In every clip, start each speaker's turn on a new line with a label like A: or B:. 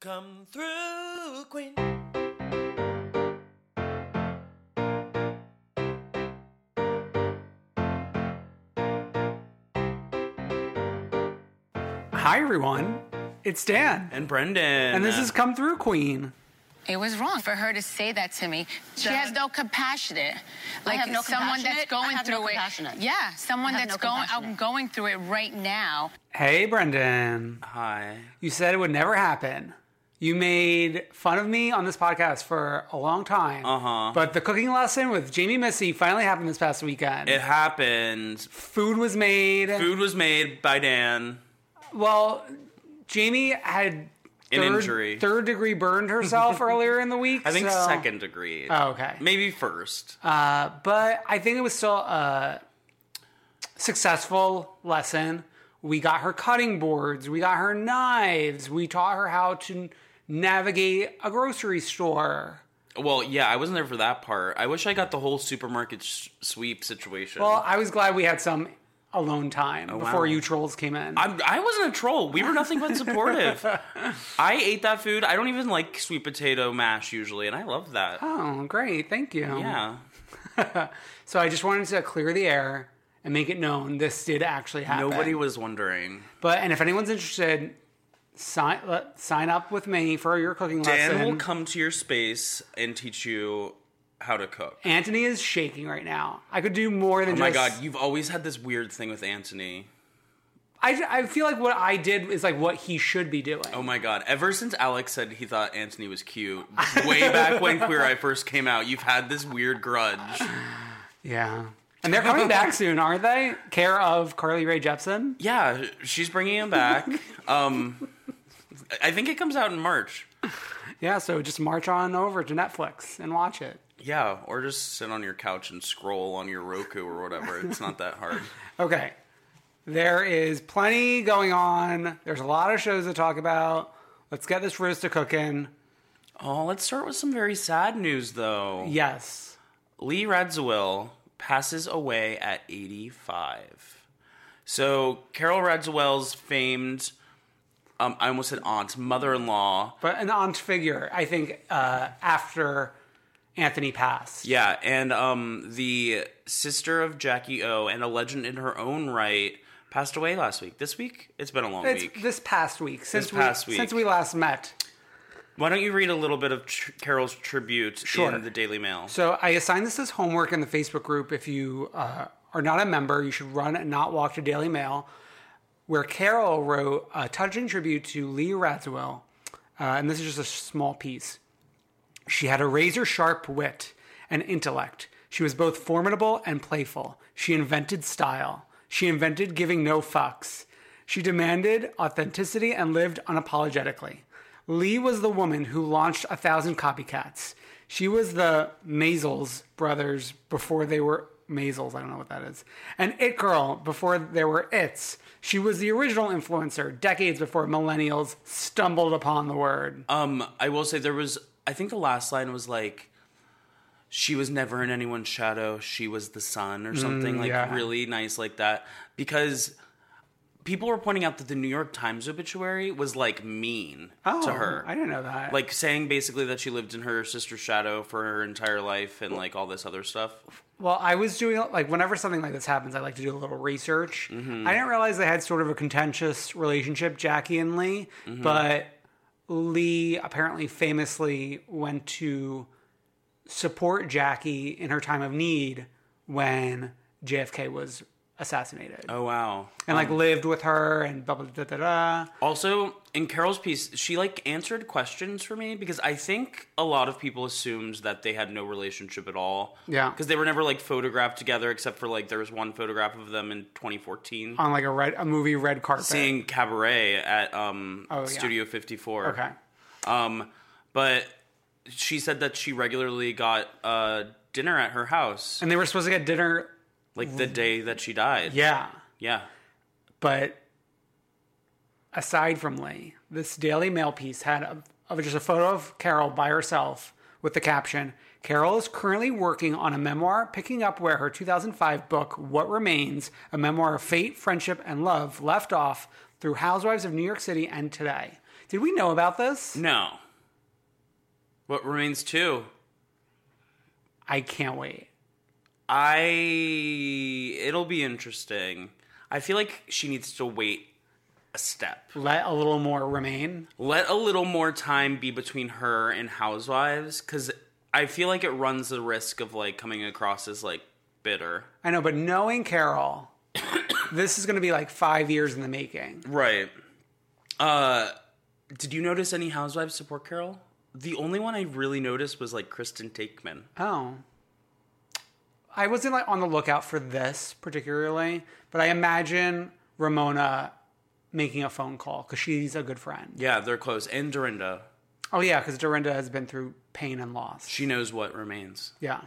A: Come through, Queen.
B: Hi, everyone. It's Dan.
A: And Brendan.
B: And this is Come Through Queen.
C: It was wrong for her to say that to me. She has no compassion. Like
D: have no
C: someone
D: compassionate?
C: that's going
D: I have no
C: through it.
D: compassionate.
C: Yeah, someone
D: I have
C: that's
D: no
C: going I'm
D: compassionate.
C: going through it right now.
B: Hey, Brendan.
A: Hi.
B: You said it would never happen. You made fun of me on this podcast for a long time. Uh
A: Uh-huh.
B: huh. But the cooking lesson with Jamie Missy finally happened this past weekend.
A: It happened.
B: Food was made.
A: Food was made by Dan.
B: Well, Jamie had
A: An
B: third,
A: injury.
B: third degree burned herself earlier in the week.
A: I think
B: so-
A: second degree.
B: Oh, Uh. okay.
A: Maybe first.
B: But I think it was still a successful lesson. We got her cutting boards, we got her knives, we taught her how to navigate a grocery store.
A: well, yeah, I wasn't there for that part. I wish I got the whole supermarket sh- sweep situation.
B: Well, I was glad we had some alone time before
A: Oh, wow.
B: you trolls came in.
A: I'm, I wasn't a troll. We were nothing but supportive. I ate that food. I don't even like sweet potato mash usually, and I love that.
B: oh, great. Thank you.
A: Yeah.
B: So I just wanted to clear the air and make it known this did actually happen.
A: Nobody was wondering.
B: But and if anyone's interested, sign let- sign up with me for your cooking lesson.
A: Dan will come to your space and teach you how to cook.
B: Anthony is shaking right now. I could do more than
A: Oh
B: just.
A: my god, you've always had this weird thing with Anthony.
B: I, I feel like what I did is like what he should be doing.
A: Oh my god, ever since Alex said he thought Anthony was cute, way back when Queer Eye first came out, you've had this weird grudge.
B: Yeah. And they're coming back soon, aren't they? Care of Carly Ray Jepsen.
A: Yeah, she's bringing him back. Um, I think it comes out in March.
B: Yeah, so just march on over to Netflix and watch it.
A: Yeah, or just sit on your couch and scroll on your Roku or whatever. It's not that hard.
B: Okay. There is plenty going on. There's a lot of shows to talk about. Let's get this roast cooking.
A: Oh, let's start with some very sad news though.
B: Yes.
A: Lee Radziwill passes away at 85. So Carol Radziwill's famed, um, I almost said aunt, mother-in-law.
B: But an aunt figure, I think, uh, after Anthony passed.
A: Yeah, and um, the sister of Jackie O and a legend in her own right passed away last week. This week, it's been a long
B: It's
A: week.
B: this past week since
A: past
B: we
A: week.
B: since we last met.
A: Why don't you read a little bit of tr- Carol's tribute
B: Sure.
A: in the Daily Mail?
B: So I assigned this as homework in the Facebook group. If you uh, are not a member, you should run and not walk to Daily Mail, where Carol wrote a touching tribute to Lee Radziwill, uh, and this is just a small piece. She had a razor sharp wit and intellect. She was both formidable and playful. She invented style. She invented giving no fucks. She demanded authenticity and lived unapologetically. Lee was the woman who launched a thousand copycats. She was the Maisels brothers before they were Maisels, I don't know what that is. And It Girl before there were Its. She was the original influencer decades before millennials stumbled upon the word.
A: Um, I will say there was I think the last line was like, she was never in anyone's shadow. She was the sun or something like
B: Mm, yeah.
A: really nice like that. Because people were pointing out that the New York Times obituary was like mean to her.
B: Oh, I didn't know that.
A: Like saying basically that she lived in her sister's shadow for her entire life and like all this other stuff.
B: Well, I was doing like whenever something like this happens, I like to do a little research.
A: Mm-hmm.
B: I didn't realize they had sort of a contentious relationship, Jackie and Lee,
A: Mm-hmm.
B: but Lee apparently famously went to support Jackie in her time of need when JFK was assassinated,
A: Oh wow.
B: and like lived with her and blah blah da da da.
A: Also, in Carol's piece, she like answered questions for me because I think a lot of people assumed that they had no relationship at all.
B: Yeah.
A: Because they were never like photographed together except for like there was one photograph of them in 2014
B: on like a red a movie red carpet.
A: seeing Cabaret at um
B: Oh, yeah.
A: Studio 54.
B: okay,
A: Um, but she said that she regularly got uh dinner at her house
B: and they were supposed to get dinner.
A: like the day that she died.
B: Yeah,
A: Yeah.
B: But aside from Lee, this Daily Mail piece had a, of just a photo of Carol by herself with the caption Carol is currently working on a memoir, picking up where her 2005 book, What Remains, a memoir of fate, friendship, and love, left off through Housewives of New York City and today. Did we know about this?
A: No. What remains too?
B: I can't wait.
A: I it'll be interesting. I feel like she needs to wait a step.
B: Let a little more remain.
A: Let a little more time be between her and Housewives cuz I feel like it runs the risk of like coming across as like bitter.
B: I know, but knowing Carol, this is going to be like five years in the making.
A: Right. Uh did you notice any Housewives support Carol? The only one I really noticed was like Kristen Takeman.
B: Oh. I wasn't like on the lookout for this particularly, but I imagine Ramona making a phone call because she's a good friend.
A: Yeah, they're close. And Dorinda.
B: Oh yeah, because Dorinda has been through pain and loss.
A: She knows what remains.
B: yeah.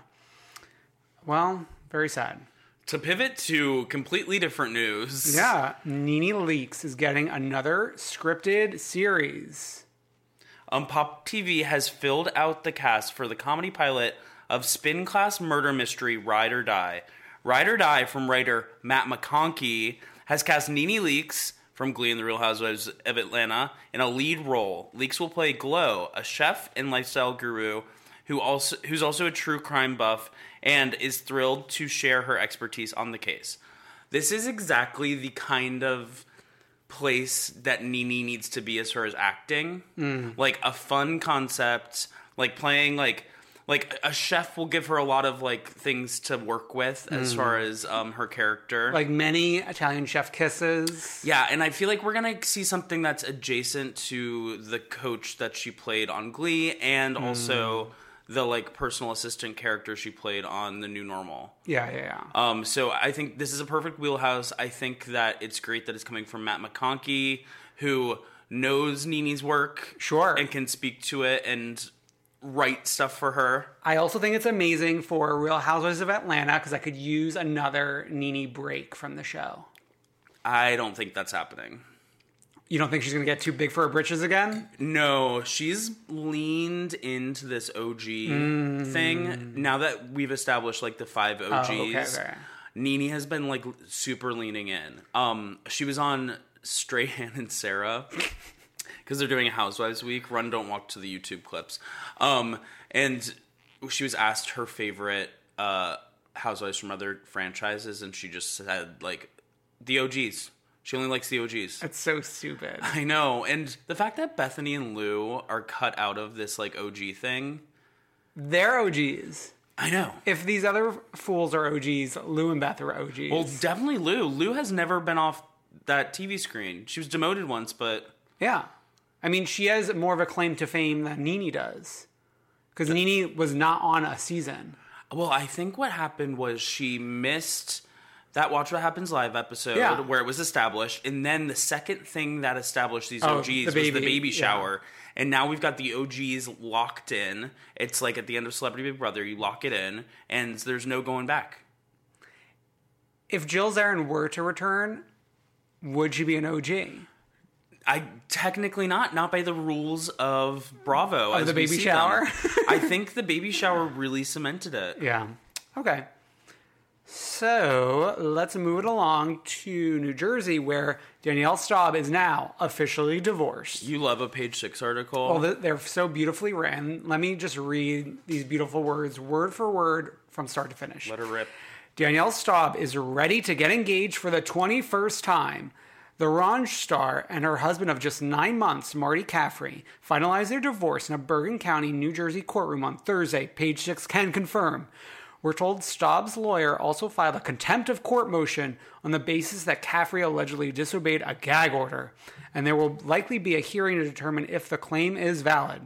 B: Well, very sad.
A: To pivot to completely different news.
B: Yeah, Nene Leaks is getting another scripted series.
A: Um, Pop TV has filled out the cast for the comedy pilot of spin class murder mystery Ride or Die. Ride or Die from writer Matt McConkey has cast Nene Leakes from Glee and the Real Housewives of Atlanta in a lead role. Leakes will play Glow, a chef and lifestyle guru who also who's also a true crime buff and is thrilled to share her expertise on the case. This is exactly the kind of place that Nini needs to be as far as acting. Like a fun concept, like playing like like a chef will give her a lot of like things to work with as far as um her character.
B: Like many Italian chef kisses.
A: yeah, and I feel like we're gonna see something that's adjacent to the coach that she played on Glee and also the like personal assistant character she played on the new normal.
B: Yeah, yeah, yeah.
A: Um, so I think this is a perfect wheelhouse. I think that it's great that it's coming from Matt McConkey, who knows Nini's work,
B: Sure.
A: and can speak to it and write stuff for her.
B: I also think it's amazing for Real Housewives of Atlanta because I could use another Nene break from the show.
A: I don't think that's happening.
B: You don't think she's gonna get too big for her britches again?
A: No, she's leaned into this OG
B: Mm.
A: thing now that we've established like the five OGs.
B: Oh, okay.
A: Nini has been like super leaning in. Um, she was on Strahan and Sarah because they're doing a Housewives week. Run, don't walk to the YouTube clips. Um, and she was asked her favorite uh, Housewives from other franchises, and she just said like the OGs. She only likes the OGs.
B: That's so stupid.
A: I know, and the fact that Bethany and Lou are cut out of this like OG thing.
B: They're OGs.
A: I know.
B: If these other fools are OGs, Lou and Beth are OGs.
A: Well, definitely Lou. Lou has never been off that TV screen. She was demoted once, but
B: yeah. I mean, she has more of a claim to fame than Nene does because Nene was not on a season.
A: well, I think what happened was she missed that Watch What Happens Live episode
B: Yeah.
A: where it was established, and then the second thing that established these
B: Oh,
A: OGs
B: the
A: was the
B: baby,
A: baby
B: yeah.
A: shower. And now we've got the OGs locked in. It's like at the end of Celebrity Big Brother, you lock it in, and there's no going back.
B: If Jill Zarin were to return, would she be an OG?
A: I technically not, not by the rules of Bravo.
B: Of
A: as
B: the
A: we
B: baby
A: see them.
B: shower?
A: I think the baby shower really cemented it.
B: Yeah. Okay. So let's move it along to New Jersey, where Danielle Staub is now officially divorced.
A: You love a page six article.
B: Well, th- they're so beautifully written. Let me just read these beautiful words, word for word, from start to finish.
A: Let her rip.
B: Danielle Staub is ready to get engaged for the 21st time. The Range star and her husband of just nine months, Marty Caffrey, finalized their divorce in a Bergen County, New Jersey courtroom on Thursday, page six can confirm. We're told Staub's lawyer also filed a contempt of court motion on the basis that Caffrey allegedly disobeyed a gag order, and there will likely be a hearing to determine if the claim is valid.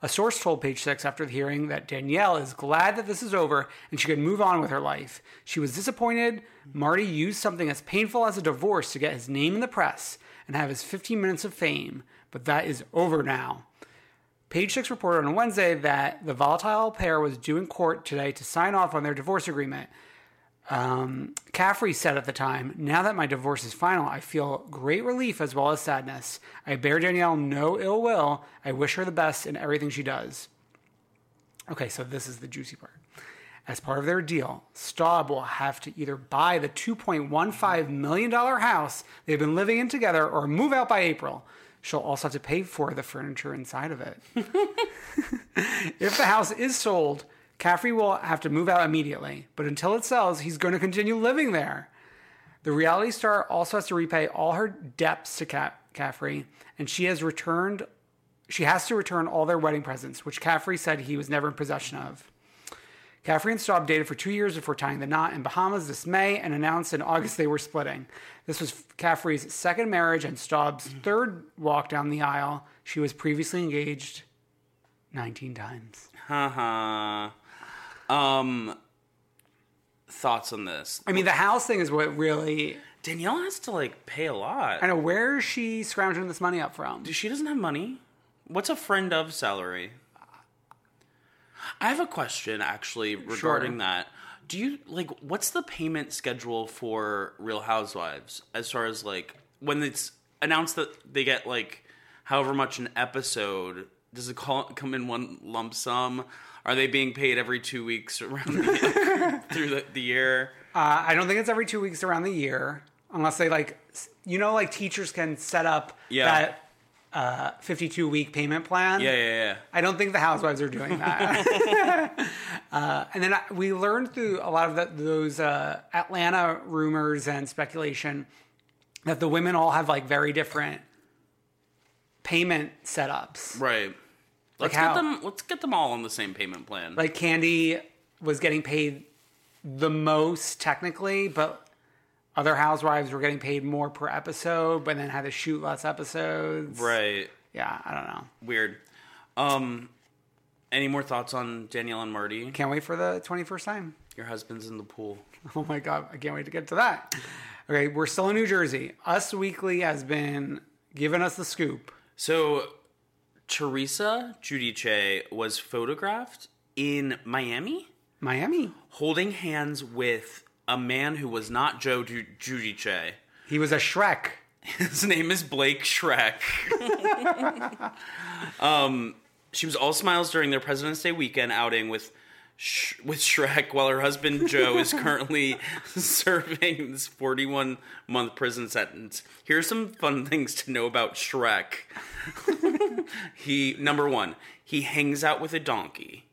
B: A source told Page Six after the hearing that Danielle is glad that this is over and she could move on with her life. She was disappointed. Marty used something as painful as a divorce to get his name in the press and have his 15 minutes of fame, but that is over now. Page Six reported on Wednesday that the volatile pair was due in court today to sign off on their divorce agreement. Um, Caffrey said at the time, Now that my divorce is final, I feel great relief as well as sadness. I bear Danielle no ill will. I wish her the best in everything she does. Okay, so this is the juicy part. As part of their deal, Staub will have to either buy the $2.15 million house they've been living in together or move out by April. She'll also have to pay for the furniture inside of it. If the house is sold, Caffrey will have to move out immediately. But until it sells, he's going to continue living there. The reality star also has to repay all her debts to Ca- Caffrey, and she has returned. She has to return all their wedding presents, which Caffrey said he was never in possession of. Caffrey and Staub dated for two years before tying the knot in Bahamas this May and announced in August they were splitting. This was Caffrey's second marriage and Staub's third walk down the aisle. She was previously engaged 19 times.
A: Haha. Uh-huh. um, thoughts on this?
B: I mean, the house thing is what really.
A: Danielle has to like pay a lot.
B: I know where is she scrounging this money up from?
A: She doesn't have money. What's a friend of salary? I have a question actually regarding
B: Sure.
A: that. Do you like what's the payment schedule for Real Housewives as far as like when it's announced that they get like however much an episode? Does it call, come in one lump sum? Are they being paid every two weeks around the, through the, the year?
B: Uh, I don't think it's every two weeks around the year, unless they like, s- you know, like teachers can set up
A: Yeah.
B: that uh, 52 week payment plan.
A: Yeah, yeah, yeah.
B: I don't think the housewives are doing that. uh, and then I, we learned through a lot of the, those uh, Atlanta rumors and speculation that the women all have like very different payment setups.
A: Right. Let's
B: how?
A: get them. Let's get them all on the same payment plan.
B: like Candy was getting paid the most technically, but other housewives were getting paid more per episode, but then had to shoot less episodes.
A: right.
B: Yeah, I don't know.
A: Weird. Um, any more thoughts on Danielle and Marty?
B: Can't wait for the 21st time.
A: Your husband's in the pool.
B: Oh my God, I can't wait to get to that. Okay, we're still in New Jersey. Us Weekly has been giving us the scoop.
A: So, Teresa Giudice was photographed in Miami
B: Miami.
A: holding hands with a man who was not Joe Giu- Giudice.
B: He was a Shrek.
A: His name is Blake Shrek. um, she was all smiles during their President's Day weekend outing with Sh- with Shrek, while her husband Joe is currently serving this 41 month prison sentence. Here's some fun things to know about Shrek. he number one, he hangs out with a donkey.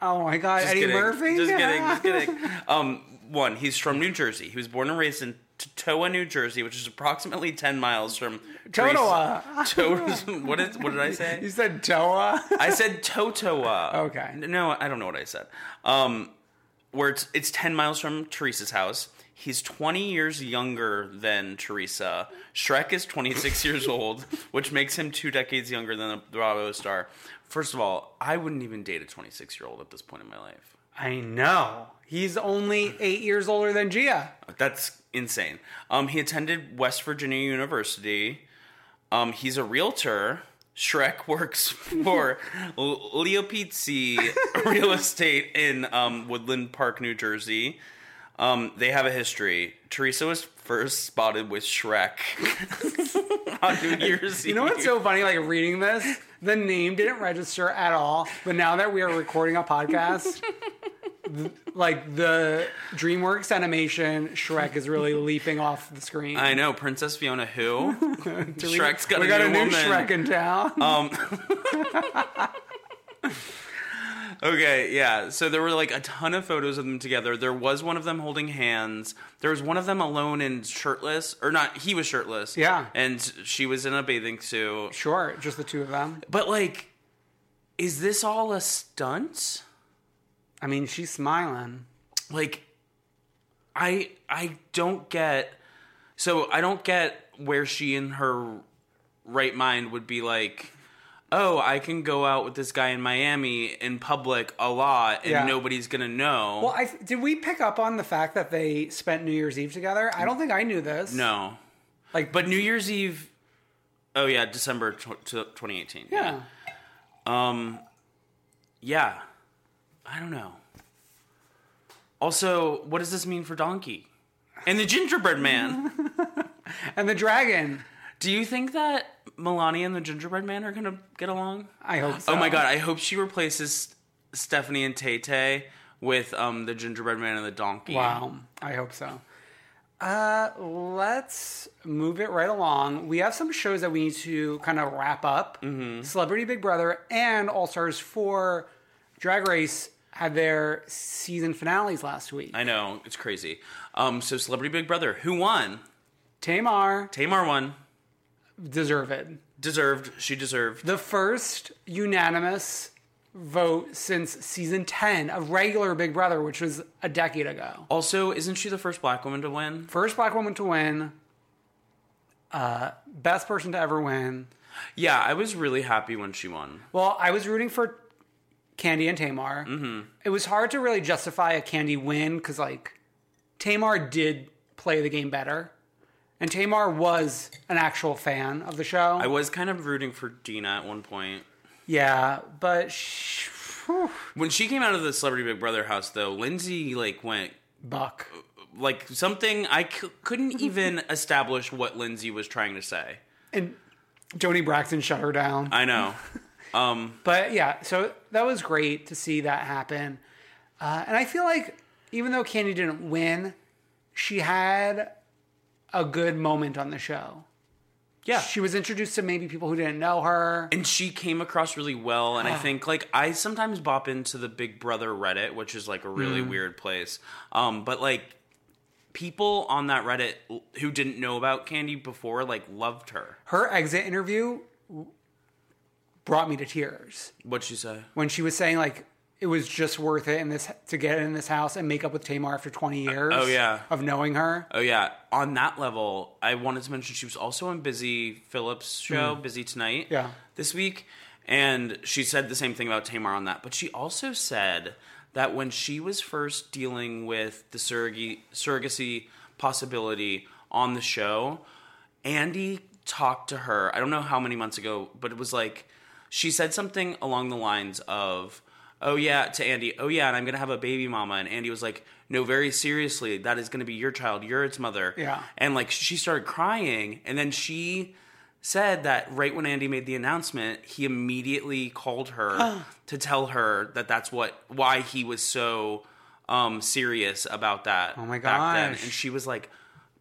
B: Oh my God,
A: Just
B: Eddie
A: kidding.
B: Murphy.
A: Just kidding. Just kidding. Um, one, he's from New Jersey. He was born and raised in Totowa, New Jersey, which is approximately ten miles from
B: Totowa.
A: Teresa- To- what is? What did I
B: You
A: say?
B: said Oh. Toa.
A: I said Totowa.
B: Okay.
A: No, I don't know what I said. Um, where it's it's ten miles from Teresa's house. He's 20 years younger than Teresa. Shrek is 26 years old, which makes him two decades younger than the Bravo star. First of all, I wouldn't even date a 26 year old at this point in my life.
B: I know. He's only eight years older than Gia.
A: That's insane. Um, he attended West Virginia University. Um, he's a realtor. Shrek works for L- Leo Pizzi Real Estate in um, Woodland Park, New Jersey. Um, they have a history. Teresa was first spotted with Shrek on New Year's Eve.
B: You know what's so funny? Like reading this, the name didn't register at all. But now that we are recording a podcast, th- like the DreamWorks animation Shrek is really leaping off the screen.
A: I know Princess Fiona who Shrek's got
B: we
A: a
B: got
A: new,
B: a new
A: woman. Um,
B: Shrek in town.
A: Okay, yeah. So there were like a ton of photos of them together. There was one of them holding hands. There was one of them alone and shirtless, or not. He was shirtless.
B: Yeah.
A: and she was in a bathing suit.
B: sure, just the two of them.
A: But like, is this all a stunt?
B: I mean, she's smiling.
A: Like, I I don't get. So I don't get where she in her right mind would be like. Oh, I can go out with this guy in Miami in public a lot and
B: Yeah.
A: nobody's gonna know.
B: Well, I, did we pick up on the fact that they spent New Year's Eve together? I don't think I knew this.
A: No.
B: Like-
A: but New Year's Eve. Oh yeah, December tw- tw- 2018.
B: Yeah.
A: Um. Yeah. I don't know. Also, what does this mean for Donkey and the Gingerbread Man?
B: And the dragon.
A: Do you think that Melania and the Gingerbread Man are gonna get along?
B: I hope so.
A: Oh my god, I hope she replaces Stephanie and Tay Tay with um the Gingerbread Man and the Donkey.
B: Wow. Um, I hope so. Uh, let's move it right along. We have some shows that we need to kind of wrap up. Celebrity Big Brother and All Stars 4 Drag Race had their season finales last week.
A: I know it's crazy. Um, so Celebrity Big Brother, who won?
B: Tamar
A: Tamar won.
B: deserved it.
A: Deserved. She deserved.
B: The first unanimous vote since season 10 of regular Big Brother, which was a decade ago.
A: Also, isn't she the first black woman to win?
B: First black woman to win, uh, best person to ever win.
A: Yeah, I was really happy when she won.
B: Well, I was rooting for Candy and Tamar. Mm-hmm. It was hard to really justify a Candy win because, like, Tamar did play the game better. And Tamar was an actual fan of the show.
A: I was kind of rooting for Dina at one point.
B: yeah, but sh- whew,
A: When she came out of the Celebrity Big Brother house, though, Lindsay like went
B: Buck.
A: like something I c- couldn't even establish what Lindsay was trying to say.
B: And Joni Braxton shut her down.
A: I know. Um,
B: But yeah, so that was great to see that happen. Uh, and I feel like even though Candy didn't win, she had a good moment on the show.
A: yeah,
B: She was introduced to maybe people who didn't know her.
A: and she came across really well and i think like i sometimes bop into the big brother reddit which is like a really weird place um but like people on that reddit l- who didn't know about candy before like loved her
B: Her exit interview w- brought me to tears
A: what'd she say
B: when she was saying like it was just worth it in this to get in this house and make up with Tamar after 20 years
A: oh, yeah.
B: of knowing her.
A: oh yeah on that level i wanted to mention she was also on busy phillips show busy tonight
B: Yeah.
A: this week and she said the same thing about tamar on that but she also said that when she was first dealing with the surrogacy, surrogacy possibility on the show andy talked to her i don't know how many months ago but it was like she said something along the lines of oh yeah to andy oh yeah and i'm gonna have a baby mama and andy was like no very seriously that is gonna be your child you're its mother
B: Yeah.
A: and like she started crying and then she said that right when Andy made the announcement, he immediately called her to tell her that that's what why he was so um serious about that. Oh
B: my gosh.
A: And she was like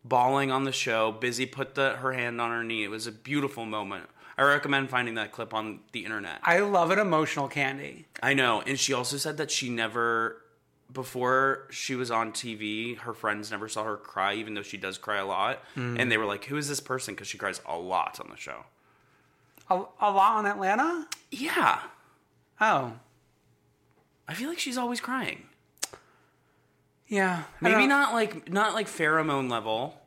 A: bawling on the show. Busy put the her hand on her knee. It was a beautiful moment. I recommend finding that clip on the internet.
B: I love an emotional Candy.
A: I know. And she also said that she never, before she was on TV, her friends never saw her cry, even though she does cry a lot.
B: Hmm.
A: And they were like, who is this person? Because she cries a lot on the show.
B: A, a lot on Atlanta?
A: Yeah.
B: Oh,
A: I feel like she's always crying.
B: yeah. I
A: Maybe
B: don't-
A: not like not like pheromone level,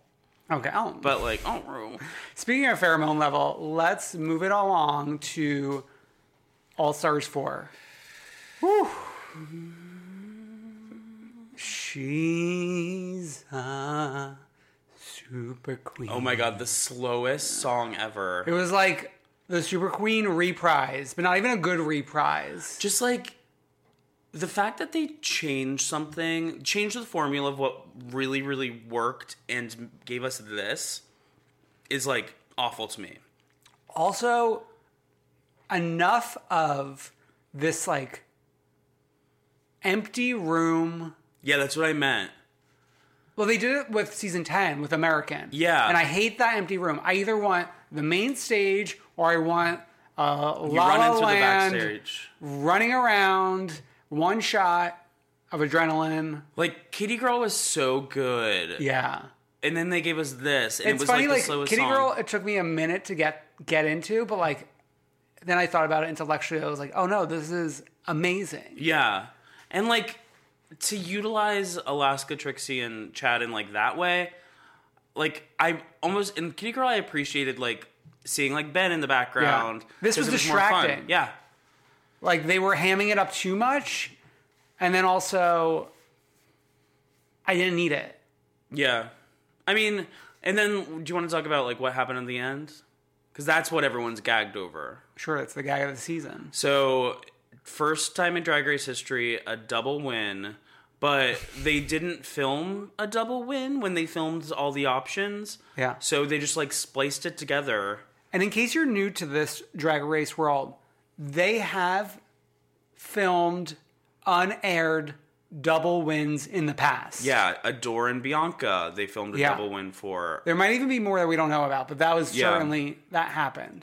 B: Okay. Oh, but
A: but like oh,
B: speaking of pheromone level, let's move it along to All Stars 4. Whew. She's a super queen.
A: oh my god, the slowest song ever.
B: It was like the super queen reprise, but not even a good reprise.
A: just like the fact that they changed something, changed the formula of what really, really worked and gave us this is like awful to me.
B: also enough of this like empty room
A: Yeah, that's what I meant.
B: well they did it with season 10 with american
A: Yeah.
B: and i hate that empty room i either want the main stage or i want uh
A: You
B: La
A: run
B: La
A: into
B: Land
A: the backstage.
B: running around one shot of adrenaline
A: Like Kitty Girl was so good.
B: yeah
A: And then they gave us this. And it
B: it's
A: was
B: funny
A: like the
B: like,
A: slowest
B: kitty
A: song.
B: girl it took me a minute to get get into but like then i thought about it intellectually i was like oh no this is amazing
A: Yeah. And like to utilize Alaska Trixie and Chad in like that way, like I almost in Kitty Girl I appreciated like seeing like Ben in the background.
B: This
A: 'cause
B: was
A: it more fun.
B: distracting.
A: Yeah.
B: like they were hamming it up too much and then also i didn't need it
A: Yeah. I mean, and then do you want to talk about like what happened in the end? Because that's what everyone's gagged over.
B: sure it's the guy of the season
A: So, first time in Drag Race history, a double win, but they didn't film a double win when they filmed all the options.
B: Yeah.
A: So they just like spliced it together.
B: and in case you're new to this drag race world they have filmed unaired double wins in the past
A: Yeah, Adore and Bianca, they filmed a
B: Yeah.
A: double win for.
B: there might even be more that we don't know about but that was
A: Yeah.
B: certainly that happened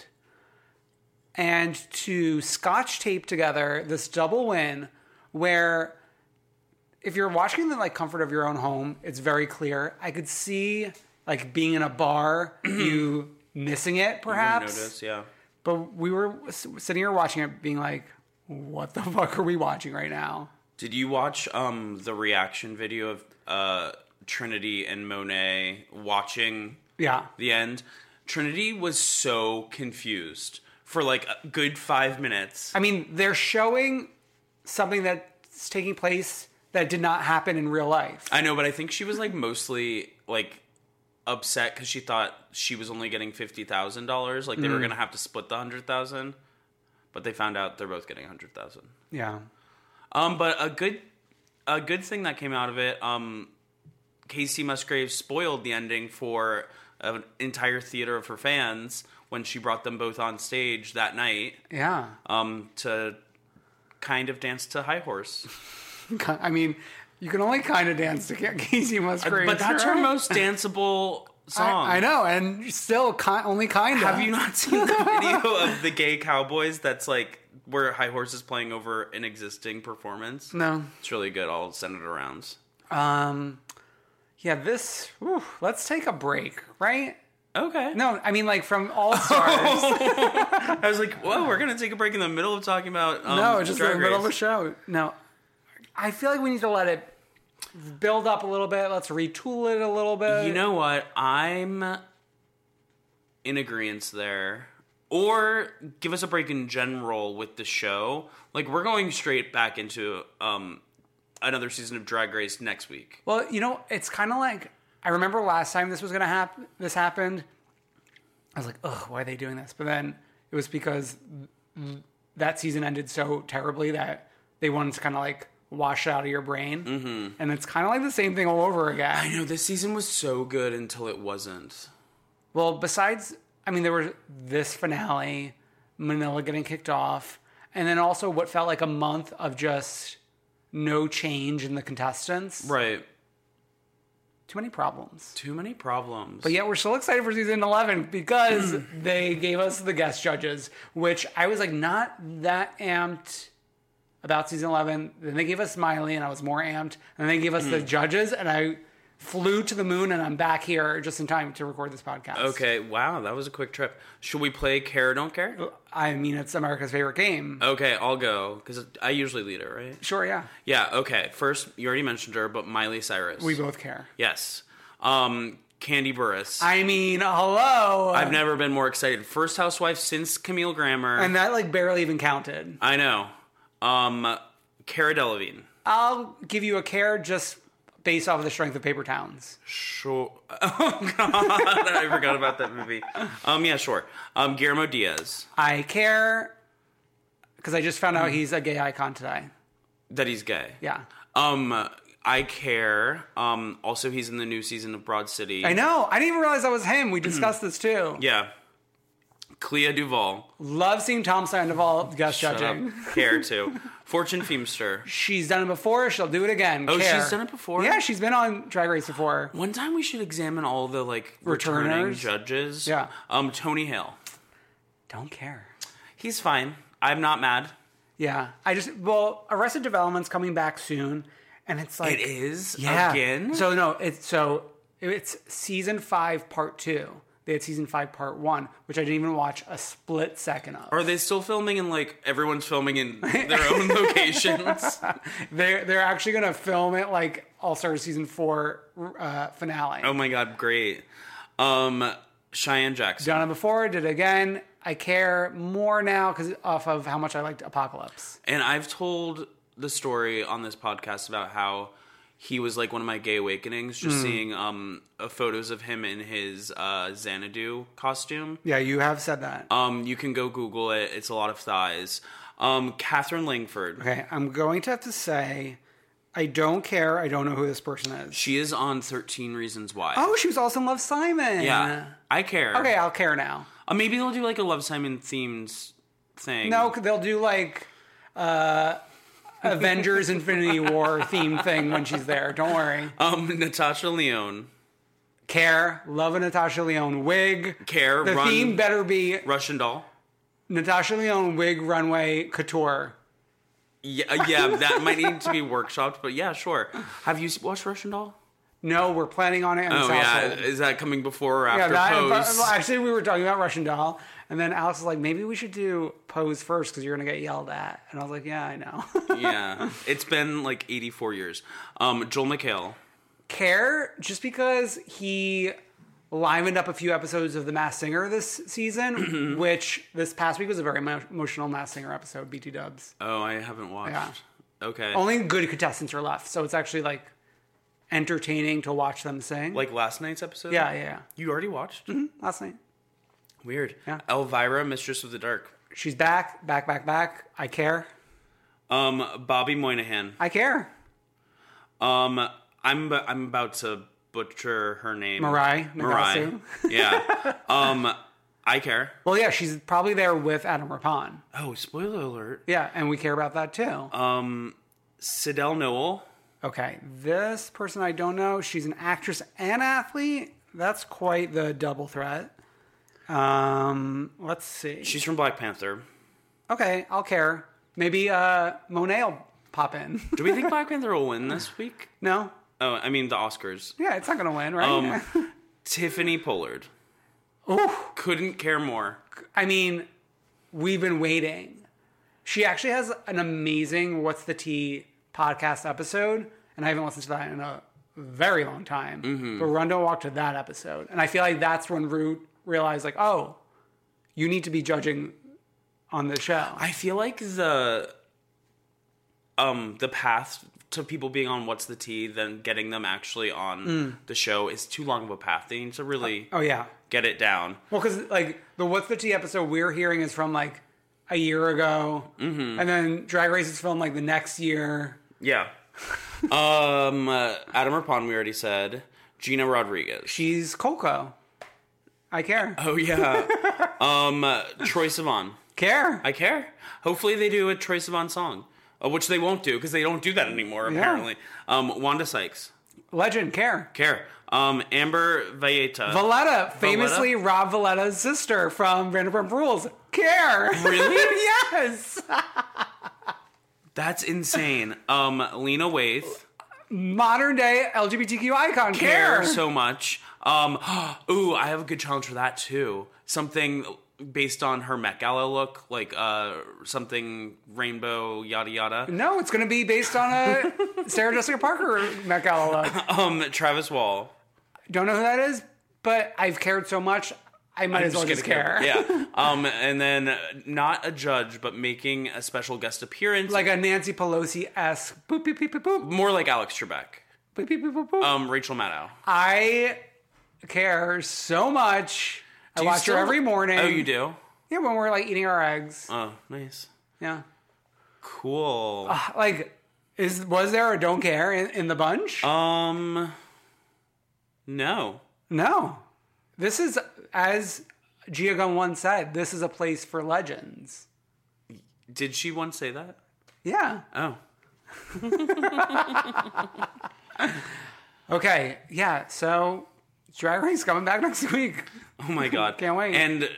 B: and to scotch tape together this double win where if you're watching in the like comfort of your own home, it's very clear. I could see like being in a bar, you missing it perhaps.
A: Notice, yeah.
B: But we were s- sitting here watching it, being like, "What the fuck are we watching right now?"
A: Did you watch um the reaction video of uh Trinity and Monet watching
B: Yeah,
A: the end? Trinity was so confused for like a good 5 minutes.
B: I mean, they're showing something that's taking place that did not happen in real life.
A: I know, but I think she was like mostly like upset because she thought she was only getting fifty thousand dollars. Like they were gonna have to split the hundred thousand, but they found out they're both getting a hundred thousand.
B: yeah,
A: Um, but a good a good thing that came out of it. Um, Casey Musgrave spoiled the ending for an entire theater of her fans when she brought them both on stage that night.
B: yeah.
A: Um, to kind of dance to High Horse.
B: I mean, you can only kind of dance to Ca- Casey Musgraves,
A: But that's her
B: right?
A: most danceable song.
B: I, I know, and still ki- only kind of.
A: Have you not seen the video of the gay cowboys that's like where High Horse is playing over an existing performance?
B: No.
A: It's really good. I'll send it around.
B: Um, yeah, this. whew, let's take a break, right?
A: Okay.
B: No, I mean like from All
A: Oh,
B: Stars.
A: I was like, whoa, we're going to take a break in the middle of talking about. Um,
B: no, it's just in
A: Drag
B: the middle of a
A: Race.
B: show. No, I feel like we need to let it build up a little bit. Let's retool it a little bit.
A: You know what? I'm in agreement there. Or give us a break in general with the show. Like, we're going straight back into um, another season of Drag Race next week.
B: Well, you know, it's kind of like I remember last time this was gonna happen. This happened. I was like, ugh, why are they doing this? But then it was because th- that season ended so terribly that they wanted to kind of like wash it out of your brain, mm-hmm. and it's kind of like the same thing all over again.
A: I know, this season was so good until it wasn't.
B: Well, besides, I mean, there was this finale, Manila getting kicked off, and then also what felt like a month of just no change in the contestants.
A: Right.
B: Too many problems.
A: Too many problems.
B: But yet we're still excited for season 11 because they gave us the guest judges, which I was like not that amped about season 11. Then they gave us Smiley and I was more amped. And then they gave us
A: Mm.
B: the judges and I flew to the moon and I'm back here just in time to record this podcast.
A: Okay, wow, that was a quick trip. Should we play Care or Don't Care?
B: I mean, it's America's favorite game.
A: Okay, I'll go because I usually lead it, right?
B: Sure, yeah.
A: Yeah. Okay. First, you already mentioned her, but Miley Cyrus.
B: We both care.
A: Yes. Um, Candy Burris.
B: I mean, hello.
A: I've never been more excited. First housewife since Camille Grammer.
B: and that like barely even counted.
A: I know. Um, Cara Delevingne.
B: I'll give you a care just based off of the strength of Paper Towns.
A: Sure. Oh God, I forgot about that movie. Um, yeah, sure. Um, Guillermo Diaz. Mm.
B: I care because I just found out he's a gay icon today.
A: That he's gay.
B: Yeah.
A: Um, I care. Um, also he's in the new season of Broad City.
B: I know. I didn't even realize that was him. We discussed this too.
A: Mm. Yeah. Clea Duvall.
B: Love seeing Tom Sandoval guest
A: Shut
B: judging.
A: up. Care too. Fortune Feemster.
B: She's done it before. She'll do it again.
A: Oh, she's
B: Care.
A: done it before?
B: Yeah, she's been on Drag Race before.
A: One time we should examine all the like returning
B: Returners?
A: judges.
B: Yeah.
A: Um, Tony Hale.
B: Don't care.
A: He's fine. I'm not mad.
B: Yeah, I just well, Arrested Development's coming back soon, and it's like
A: It is
B: yeah.
A: again.
B: So no, it's so it's season five, part two. They had season five, part one, which I didn't even watch a split second of.
A: Are they still filming in like everyone's filming in their own locations?
B: They're they're actually gonna film it like All Stars season four uh, finale.
A: Oh my god, great. Um Cheyenne Jackson.
B: Done it before, did it again. I care more now because off of how much I liked Apocalypse.
A: And I've told the story on this podcast about how he was like one of my gay awakenings,
B: Hmm.
A: just seeing um uh, photos of him in his uh Xanadu costume.
B: Yeah, you have said that.
A: Um you can go Google it, it's a lot of thighs. Um Catherine Langford.
B: okay, I'm going to have to say, I don't care. I don't know who this person is.
A: She is on thirteen reasons why.
B: Oh, she was also in Love Simon.
A: yeah. I care.
B: Okay, I'll care now.
A: Uh, maybe they'll do like a Love Simon themed thing.
B: No, 'cause they'll do like uh, Avengers Infinity War theme thing when she's there. Don't worry.
A: Um, Natasha Leone,
B: Care, love a Natasha Leone wig.
A: Care,
B: The
A: Run-
B: theme better be
A: Russian doll.
B: Natasha Leone wig runway couture.
A: Yeah, uh, yeah, that might need to be workshopped, but yeah, sure. Have you s- watched Russian Doll?
B: No, we're planning on it. In
A: Oh
B: this
A: yeah,
B: household.
A: is that coming before or
B: yeah.
A: after
B: That, and
A: Pose?
B: po- well, actually, we were talking about Russian Doll, and then Alex was like, "Maybe we should do Pose first because you're gonna get yelled at." And I was like, "Yeah, I know."
A: yeah, it's been like 84 years. Um, Joel McHale.
B: Care just because he livened up a few episodes of The Mass Singer this season, which this past week was a very emo- emotional Mass Singer episode. BT Dubs.
A: Oh, I haven't watched.
B: Yeah.
A: Okay,
B: Only good contestants are left, so it's actually like entertaining to watch them sing.
A: like last night's episode.
B: yeah, yeah, yeah.
A: you already watched.
B: Last night.
A: Weird.
B: Yeah.
A: Elvira, Mistress of the Dark.
B: She's back, back, back, back. I care.
A: Um, Bobby Moynihan.
B: I care.
A: Um, I'm ab- I'm about to butcher her name.
B: Mirai
A: Mirai.
B: Nagasu.
A: yeah. Um, I care.
B: Well, yeah, she's probably there with Adam Rapon.
A: Oh, spoiler alert.
B: Yeah, and we care about that too.
A: Sidel Noel.
B: okay, this person I don't know. She's an actress and athlete. That's quite the double threat. Um, let's see.
A: She's from Black Panther.
B: okay, I'll care. Maybe uh, Monet will pop in.
A: Do we think Black Panther will win this week?
B: no,
A: Oh, I mean the Oscars.
B: yeah, it's not gonna win, right?
A: Tiffany Pollard.
B: Ooh.
A: Couldn't care more.
B: I mean, we've been waiting. She actually has an amazing What's the Tea podcast episode, and I haven't listened to that in a very long time.
A: Mm-hmm.
B: But Rondo walked to that episode, and I feel like that's when Root realized, like, oh, you need to be judging on the show.
A: I feel like the um the path to people being on What's the Tea, then getting them actually on the show is too long of a path. They need to really
B: oh yeah,
A: get it down.
B: well, because like the What's the Tea episode we're hearing is from like a year ago,
A: Mm-hmm.
B: and then Drag Race is filmed like the next year.
A: Yeah. um, uh, Adam Rapon, we already said. Gina Rodriguez.
B: She's Coco. I care.
A: oh yeah. um, uh, Troy Sivan.
B: care.
A: I care. Hopefully they do a Troy Sivan song, uh, which they won't do because they don't do that anymore apparently. Um, Wanda Sykes.
B: Legend. Care.
A: Care. Um, Amber Valletta.
B: Valletta, famously Rob Valletta's sister from Vanderpump Rules. Care.
A: Really?
B: yes.
A: That's insane. Um, Lena Waithe.
B: Modern day LGBTQ icon. Care.
A: Care so much. Um, ooh, I have a good challenge for that too. Something based on her Met Gala look, like uh, something rainbow, yada yada.
B: no, it's going to be based on a Sarah Jessica Parker Met Gala look.
A: Um, Travis Wall.
B: Don't know who that is, but I've cared so much, I might as well just care.
A: Yeah. Um, and then uh, not a judge, but making a special guest appearance,
B: Like a Nancy Pelosi esque boop, beep, beep, boop, boop,
A: more like Alex Trebek.
B: boop, beep, boop, boop, boop.
A: Um, Rachel Maddow.
B: I care so much. I
A: Do you
B: watch
A: still-
B: her every morning.
A: Oh, you do.
B: Yeah, when we're like eating our eggs.
A: Oh, nice.
B: yeah.
A: Cool.
B: like Is was there a don't care in, in the bunch?
A: Um, no.
B: no. This is as Giagon once said. This is a place for legends.
A: Did she once say that?
B: Yeah.
A: Oh,
B: Okay. Yeah. So Drag Race coming back next week.
A: oh my god,
B: Can't wait.
A: And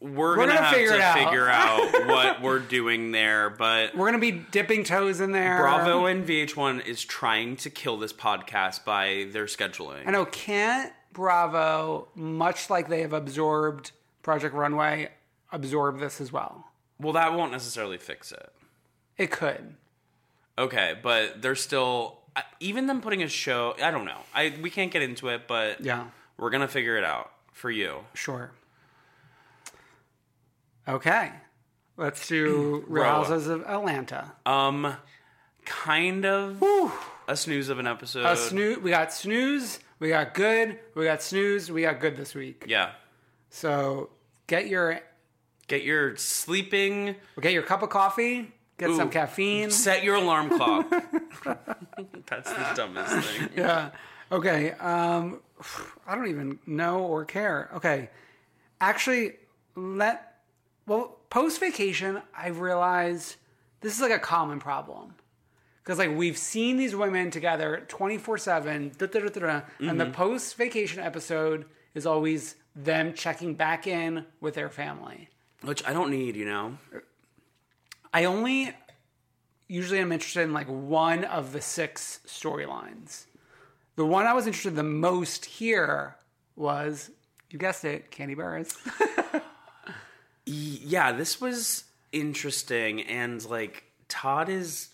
A: we're,
B: gonna
A: gonna, have
B: figure
A: to
B: it out.
A: figure out what we're doing there, but
B: We're gonna be dipping toes in there.
A: Bravo and VH1 is trying to kill this podcast by their scheduling.
B: I know can't Bravo, much like they have absorbed Project Runway, absorb this as well.
A: Well, that won't necessarily fix it.
B: It could.
A: Okay, but they're still I- even them putting a show. I don't know. I we can't get into it, but
B: Yeah.
A: we're gonna figure it out for you.
B: Sure. Okay. Let's do Real
A: Bravo.
B: Houses of Atlanta.
A: Um, kind of a snooze of an episode.
B: A snoo- we got snooze, we got good, we got snooze, we got good this week.
A: Yeah,
B: So get your
A: get your sleeping.
B: get your cup of coffee, get some
A: Ooh.
B: caffeine.
A: Set your alarm clock. That's the dumbest thing.
B: Okay. Um, I don't even know or care. Okay. Actually, let, well, post vacation, I realized this is like a common problem. Because, like, we've seen these women together 24 7, and the post vacation episode is always them checking back in with their family.
A: Which I don't need, you know.
B: I only usually am interested in like one of the six storylines. The one I was interested in the most here was you guessed it, Candy Burris.
A: Yeah, this was interesting, and like Todd is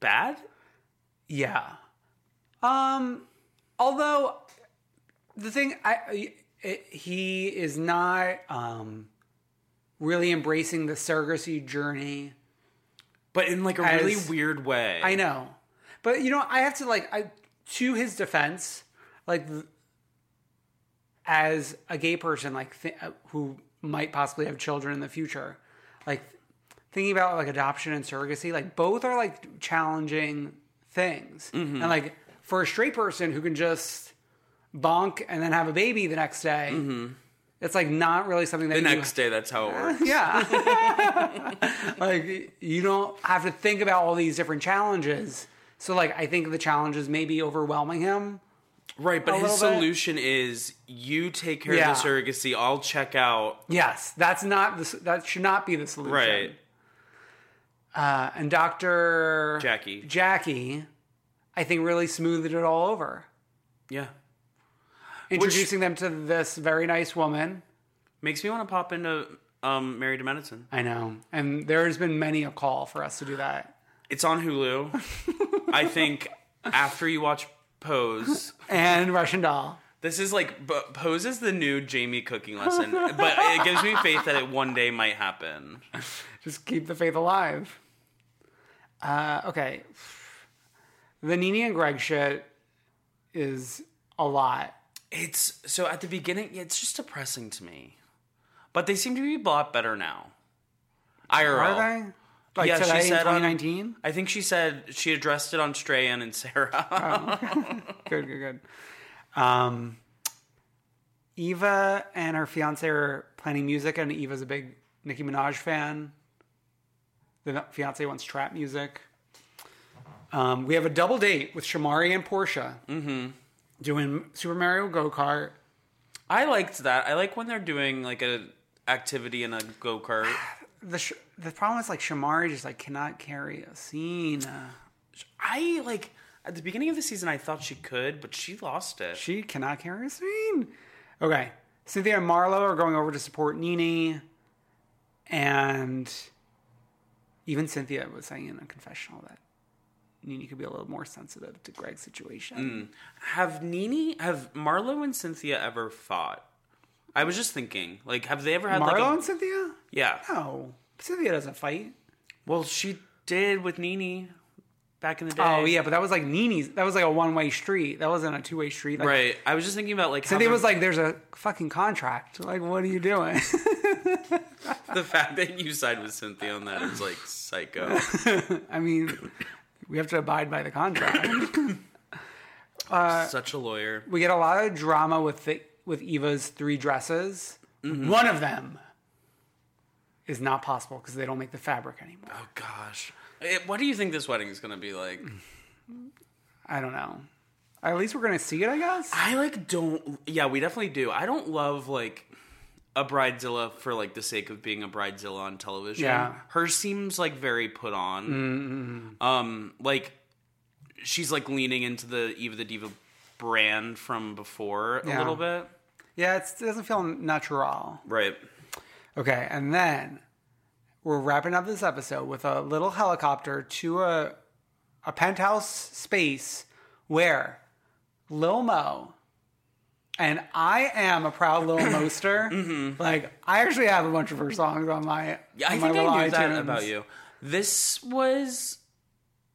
A: bad.
B: yeah. Um. Although the thing I it, he is not um really embracing the surrogacy journey.
A: but in like a
B: As-
A: really weird way.
B: I know, but you know, I have to like I, to his defense, like th- as a gay person, like th- who might possibly have children in the future, like thinking about like adoption and surrogacy, like both are like challenging things,
A: Mm-hmm.
B: and like for a straight person who can just bonk and then have a baby the next day, it's like not really something that
A: Mm-hmm. The
B: you
A: next day, that's how it works.
B: yeah. like you don't have to think about all these different challenges. So like I think the challenges may be overwhelming him.
A: Right, but
B: A
A: his
B: little bit.
A: solution is you take care
B: Yeah.
A: of the surrogacy, I'll check out.
B: Yes, that's not the, that should not be the solution.
A: Right.
B: Uh, and Dr.
A: Jackie.
B: Jackie I think really smoothed it all over.
A: Yeah.
B: Introducing them to this very nice woman.
A: Makes me want to pop into um, Married to Medicine.
B: I know. And there's been many a call for us to do that.
A: It's on Hulu. I think after you watch Pose,
B: And Russian Doll.
A: this is like b- Pose is the new Jamie cooking lesson, but it gives me faith that it one day might happen.
B: Just keep the faith alive. Uh, okay. The Nene and Greg shit is a lot.
A: It's so at the beginning, it's just depressing to me. But they seem to be a lot better now. IRL.
B: Are they? Like
A: Yeah, she
B: today in
A: said on-
B: 2019?
A: I think she said she addressed it on Strayan and Sarah.
B: Good, good, good. Um, Eva and her fiance are playing music, and Eva's a big Nicki Minaj fan. The fiance wants trap music. Um, we have a double date with Shamari and Portia mm-hmm. doing Super Mario Go Kart.
A: I liked that. I like when they're doing like a activity in a go kart.
B: the sh- the problem is like Shamari just like cannot carry a scene.
A: I like at the beginning of the season. I thought she could, but she lost it.
B: She cannot carry a scene. Okay, Cynthia and Marlo are going over to support Nini, and even Cynthia was saying in a confessional that Nini could be a little more sensitive to Greg's situation.
A: have Nini, have Marlo and Cynthia ever fought? I was just thinking, like, have they ever had
B: Marlo
A: like a
B: and Cynthia?
A: yeah?
B: No, Cynthia doesn't fight.
A: Well, she did with Nini back in the day.
B: Oh yeah, but that was like Nini's. That was like a one way street. That wasn't a two way street. Like,
A: right. I was just thinking about like how
B: Cynthia
A: the-
B: was like, "There's a fucking contract. Like, what are you doing?"
A: the fact that you side with Cynthia on that is like psycho.
B: I mean, We have to abide by the contract.
A: Such a lawyer.
B: Uh, we get a lot of drama with the, with Eva's three dresses. One of them is not possible because they don't make the fabric anymore.
A: Oh gosh. Eh, what do you think this wedding is going to be like?
B: I don't know. At least we're gonna see it, I guess.
A: I like don't. Yeah, we definitely do. I don't love like a bridezilla for like the sake of being a bridezilla on television.
B: Yeah. Mm-hmm.
A: her seems like very put on. Um, like she's like leaning into the Eva the Diva brand from before a
B: Yeah.
A: little bit.
B: Yeah, it's, it doesn't feel natural.
A: Right.
B: Okay, and then we're wrapping up this episode with a little helicopter to a a penthouse space where Lil Mo and I am a proud Lil Moster. Like I actually have a bunch of her songs on my
A: Mm-hmm. Yeah, I
B: on my
A: think I knew
B: little
A: that
B: iTunes.
A: about you. This was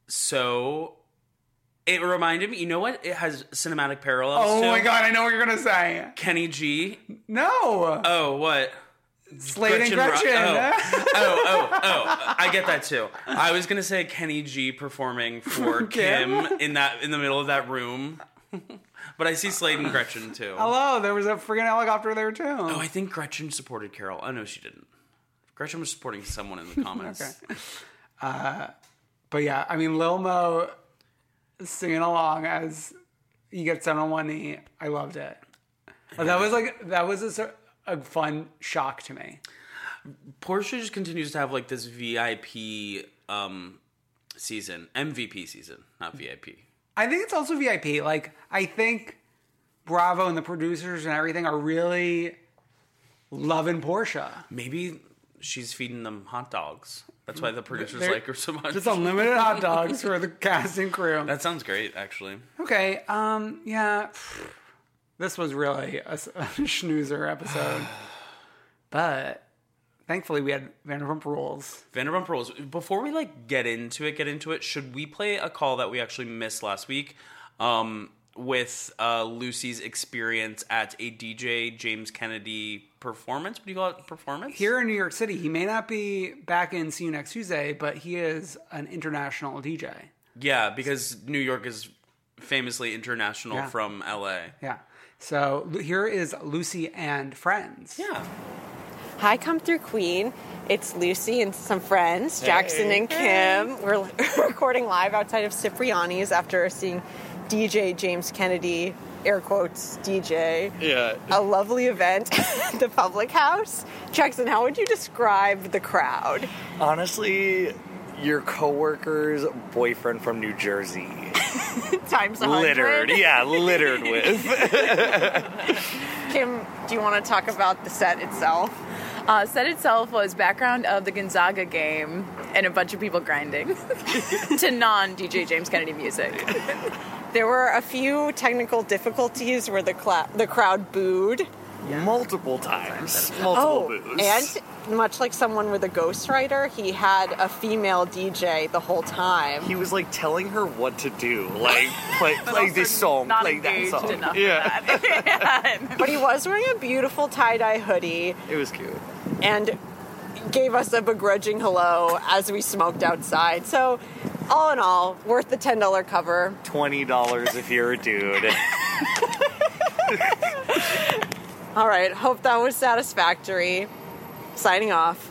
A: so. It reminded me. You know what? It has cinematic parallels.
B: Oh
A: to
B: my god, I know what you're gonna say.
A: Kenny G.
B: No,
A: Oh, what?
B: Slade and
A: Ro-
B: Gretchen.
A: oh. oh, oh, oh. I get that too. I was gonna say Kenny G performing for Kim,
B: Kim?
A: in that in the middle of that room. but I see Slade and Gretchen too.
B: Hello, there was a freaking helicopter there too.
A: Oh, I think Gretchen supported Carol. Oh no, she didn't. Gretchen was supporting someone in the comments.
B: But yeah, I mean Lil Mo singing along as you get down on one knee. I loved it. That was like that was a, sor- a fun shock to me.
A: Portia just continues to have like this VIP um season. MVP season, not
B: Mm.
A: VIP.
B: I think it's also VIP. Like I think Bravo and the producers and everything are really loving Portia.
A: Maybe she's feeding them hot dogs. That's why the producers like her so much.
B: Just unlimited hot dogs for the cast and crew.
A: that sounds great, actually.
B: Okay. Um. Yeah. pfft. This was really a, s- a schnoozer episode, but thankfully we had Vanderpump Rules.
A: Vanderpump Rules. Before we like get into it, get into it. Should we play a call that we actually missed last week? Um, with uh, Lucy's experience at a DJ James Kennedy performance. What do you call it? Performance
B: Here in New York City, he may not be back in See You Next Tuesday, but he is an international DJ.
A: Yeah, because New York is famously international from LA.
B: Yeah. So Lu- here is Lucy and Friends.
A: Yeah.
E: Hi, come through Queen. It's Lucy and some friends, Jackson and Kim. We're recording live outside of Cipriani's after seeing DJ James Kennedy, air quotes DJ. Yeah. A lovely event at the public house. Jackson, how would you describe the crowd?
F: Honestly, your coworker's boyfriend from New Jersey.
E: Times a hundred.
F: littered, yeah, littered with.
E: Kim, do you want to talk about the set itself?
C: Uh, set itself was background of the Gonzaga game and a bunch of people grinding to non DJ James Kennedy music.
E: There were a few technical difficulties where the cla- the crowd booed.
F: Multiple times.
C: Oh,
F: Multiple booze.
E: Oh, And much like someone with a ghostwriter, he had a female DJ the whole time.
F: he was like telling her what to do. Like play, play this song,
C: Not
F: play that
C: engaged
F: song.
C: enough
F: yeah.
C: for that.
E: but he was wearing a beautiful tie dye hoodie
F: It was cute.
E: and gave us a begrudging hello as we smoked outside. So, all in all, worth the $10 cover.
F: Twenty dollars if you're a dude.
E: All right, hope that was satisfactory. Signing off.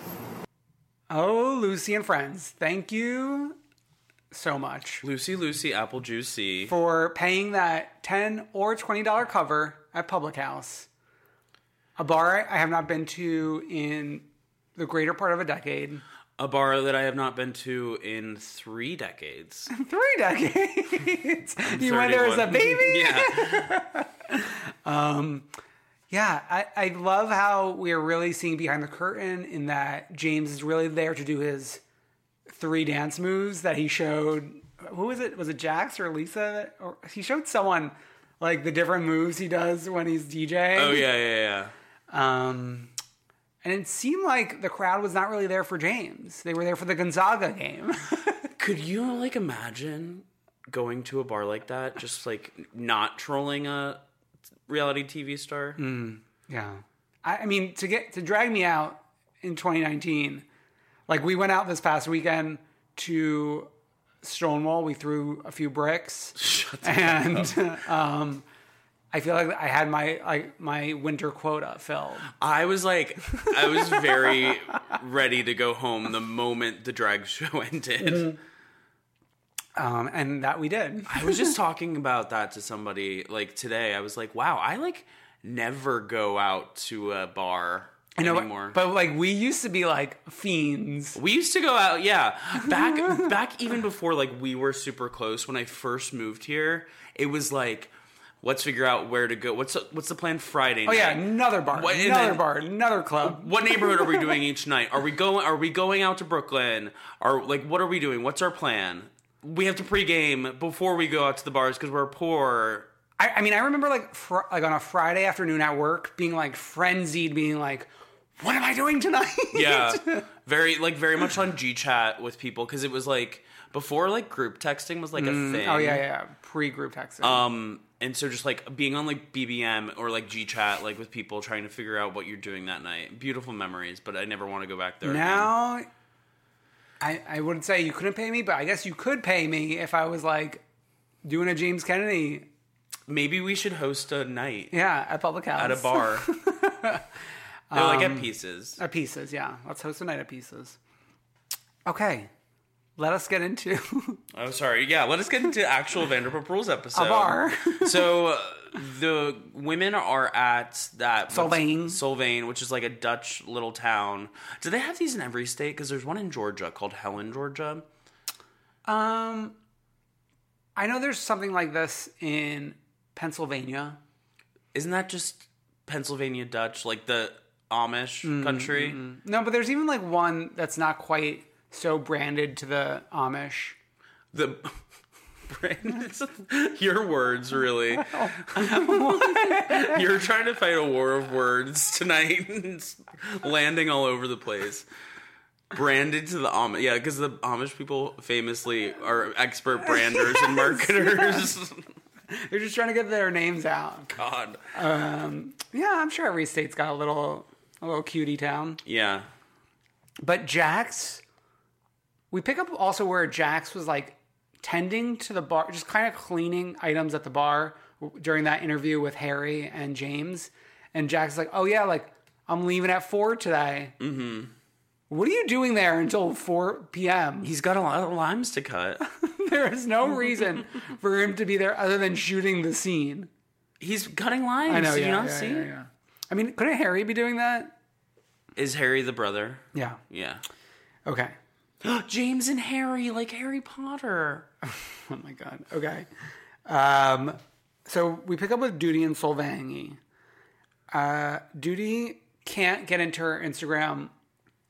B: Oh, Lucy and Friends, thank you so much
A: Lucy, Lucy, Apple Juicy.
B: for paying that ten or twenty dollar cover at Public House, a bar I have not been to in the greater part of a decade.
A: A bar that I have not been to in three decades.
B: Three decades. you went there as a
A: 31.
B: baby.
A: yeah.
B: Yeah, I, I love how we're really seeing behind the curtain in that James is really there to do his three dance moves that he showed. Who was it? Was it Jax or Lisa? Or he showed someone like the different moves he does when he's DJing.
A: Oh yeah, yeah, yeah.
B: Um, and it seemed like the crowd was not really there for James. They were there for the Gonzaga game.
A: Could you like imagine going to a bar like that, just like not trolling a reality TV star?
B: Yeah. I, I mean, to get to drag me out in 2019, like we went out this past weekend to Stonewall, we threw a few bricks, and um, I feel like I had my like my winter quota filled.
A: I was like, I was very ready to go home the moment the drag show ended.
B: Um, and that we did.
A: I was just talking about that to somebody like today. I was like, wow, I like never go out to a bar
B: I know,
A: anymore.
B: but like we used to be like fiends.
A: we used to go out, yeah. Back back even before like we were super close when I first moved here, it was like let's figure out where to go. What's the, what's the plan Friday
B: Oh
A: night?
B: yeah, another bar,
A: What- and
B: another
A: then-
B: bar, another club.
A: what neighborhood are we doing each night? Are we going? Are we going out to Brooklyn? Are like what are we doing? What's our plan? We have to pregame before we go out to the bars because we're poor.
B: I, I mean, I remember like fr- like on a Friday afternoon at work, being like frenzied, being like, "What am I doing tonight?"
A: Yeah, very like very much on G Chat with people because it was like before like group texting was like a thing.
B: oh yeah, yeah. Pre group texting.
A: Um, and so just like being on like BBM or like G Chat like with people trying to figure out what you're doing that night. Beautiful memories, but I never want to go back there. again.
B: now, I I wouldn't say you couldn't pay me, but I guess you could pay me if I was like doing a James Kennedy,
A: maybe we should host a night
B: yeah, at public house
A: at a bar. They're like
B: Um,
A: at pieces.
B: at pieces. Yeah, let's host a night at pieces. Okay, let us get into
A: Oh, sorry. Yeah, let us get into actual Vanderpump Rules episode.
B: a bar.
A: so uh, the women are at that
B: Sylvain.
A: what's- Sylvain, which is like a Dutch little town. Do they have these in every state? Because there's one in Georgia called Helen, Georgia.
B: um, I know there's something like this in Pennsylvania.
A: Isn't that just Pennsylvania Dutch, like the Amish
B: Mm,
A: country?
B: No, but there's even like one that's not quite so branded to the Amish.
A: The Brandon, your words really. You're trying to fight a war of words tonight, It's landing all over the place. Branded to the Amish, yeah, because the Amish people famously are expert branders and marketers.
B: They're just trying to get their names out.
A: God,
B: Yeah, I'm sure every state's got a little a little cutie town.
A: yeah,
B: But Jax, we pick up also where Jax was like tending to the bar, just kind of cleaning items at the bar during that interview with Harry and James. And Jax is like, "Oh yeah, like I'm leaving at four today." Mm-hmm. What are you doing there until four p.m.?
A: he's got a lot of limes to cut.
B: There is no reason for him to be there other than shooting the scene.
A: He's cutting limes.
B: I know.
A: Did
B: yeah,
A: you not
B: yeah,
A: see?
B: yeah, yeah. I mean, couldn't Harry be doing that?
A: Is Harry the brother?
B: Yeah.
A: Yeah.
B: Okay.
A: James and Harry, like Harry Potter.
B: Oh my god. Okay. Um, so we pick up with Duty and Solvangi. Uh, Duty can't get into her Instagram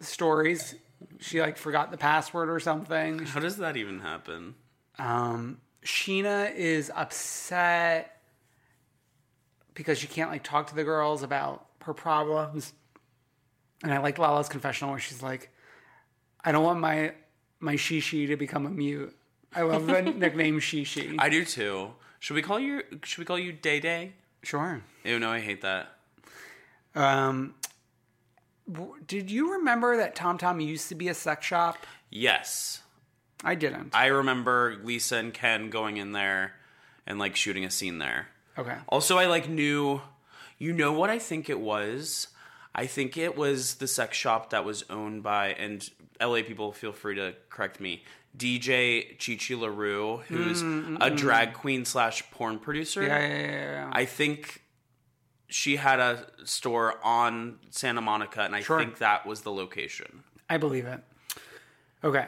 B: stories. She like forgot the password or something.
A: How does that even happen?
B: Um, Sheena is upset because she can't like talk to the girls about her problems. And I like Lala's confessional where she's like, I don't want my my Shishi to become a mute. I love the nickname Shishi.
A: I do too. Should we call you? Should we call you Day Day?
B: sure.
A: Ew, no, I hate that.
B: Um, w- did you remember that Tom Tom used to be a sex shop?
A: Yes,
B: I didn't.
A: I remember Lisa and Ken going in there and like shooting a scene there.
B: okay.
A: Also, I like knew. You know what I think it was? I think it was the sex shop that was owned by and LA people feel free to correct me. DJ Chichi LaRue, who's a drag queen slash porn producer.
B: Mm, Yeah, yeah, yeah, yeah.
A: I think she had a store on Santa Monica, and I
B: Sure.
A: think that was the location.
B: I believe it. Okay.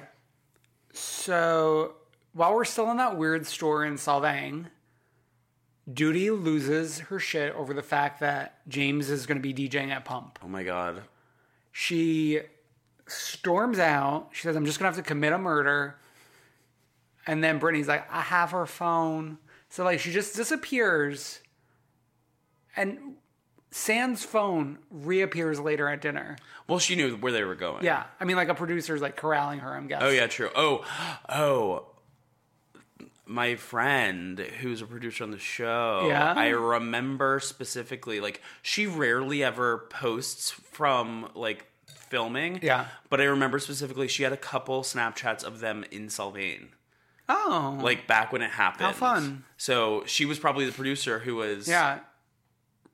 B: So while we're still in that weird store in Solvang, Duty loses her shit over the fact that James is going to be DJing at Pump.
A: Oh my god.
B: She storms out. She says, I'm just going to have to commit a murder. And then Brittany's like, I have her phone. So, like, she just disappears. And Sans' phone reappears later at dinner.
A: Well, she knew where they were going.
B: Yeah. I mean, like, a producer's like corralling her, I'm guessing.
A: Oh yeah, true. Oh, oh. My friend, who's a producer on the show,
B: Yeah?
A: I remember specifically, like, she rarely ever posts from, like, filming.
B: Yeah.
A: But I remember specifically, she had a couple Snapchats of them in Sylvain.
B: Oh.
A: like back when it happened.
B: How fun.
A: So she was probably the producer who was
B: Yeah.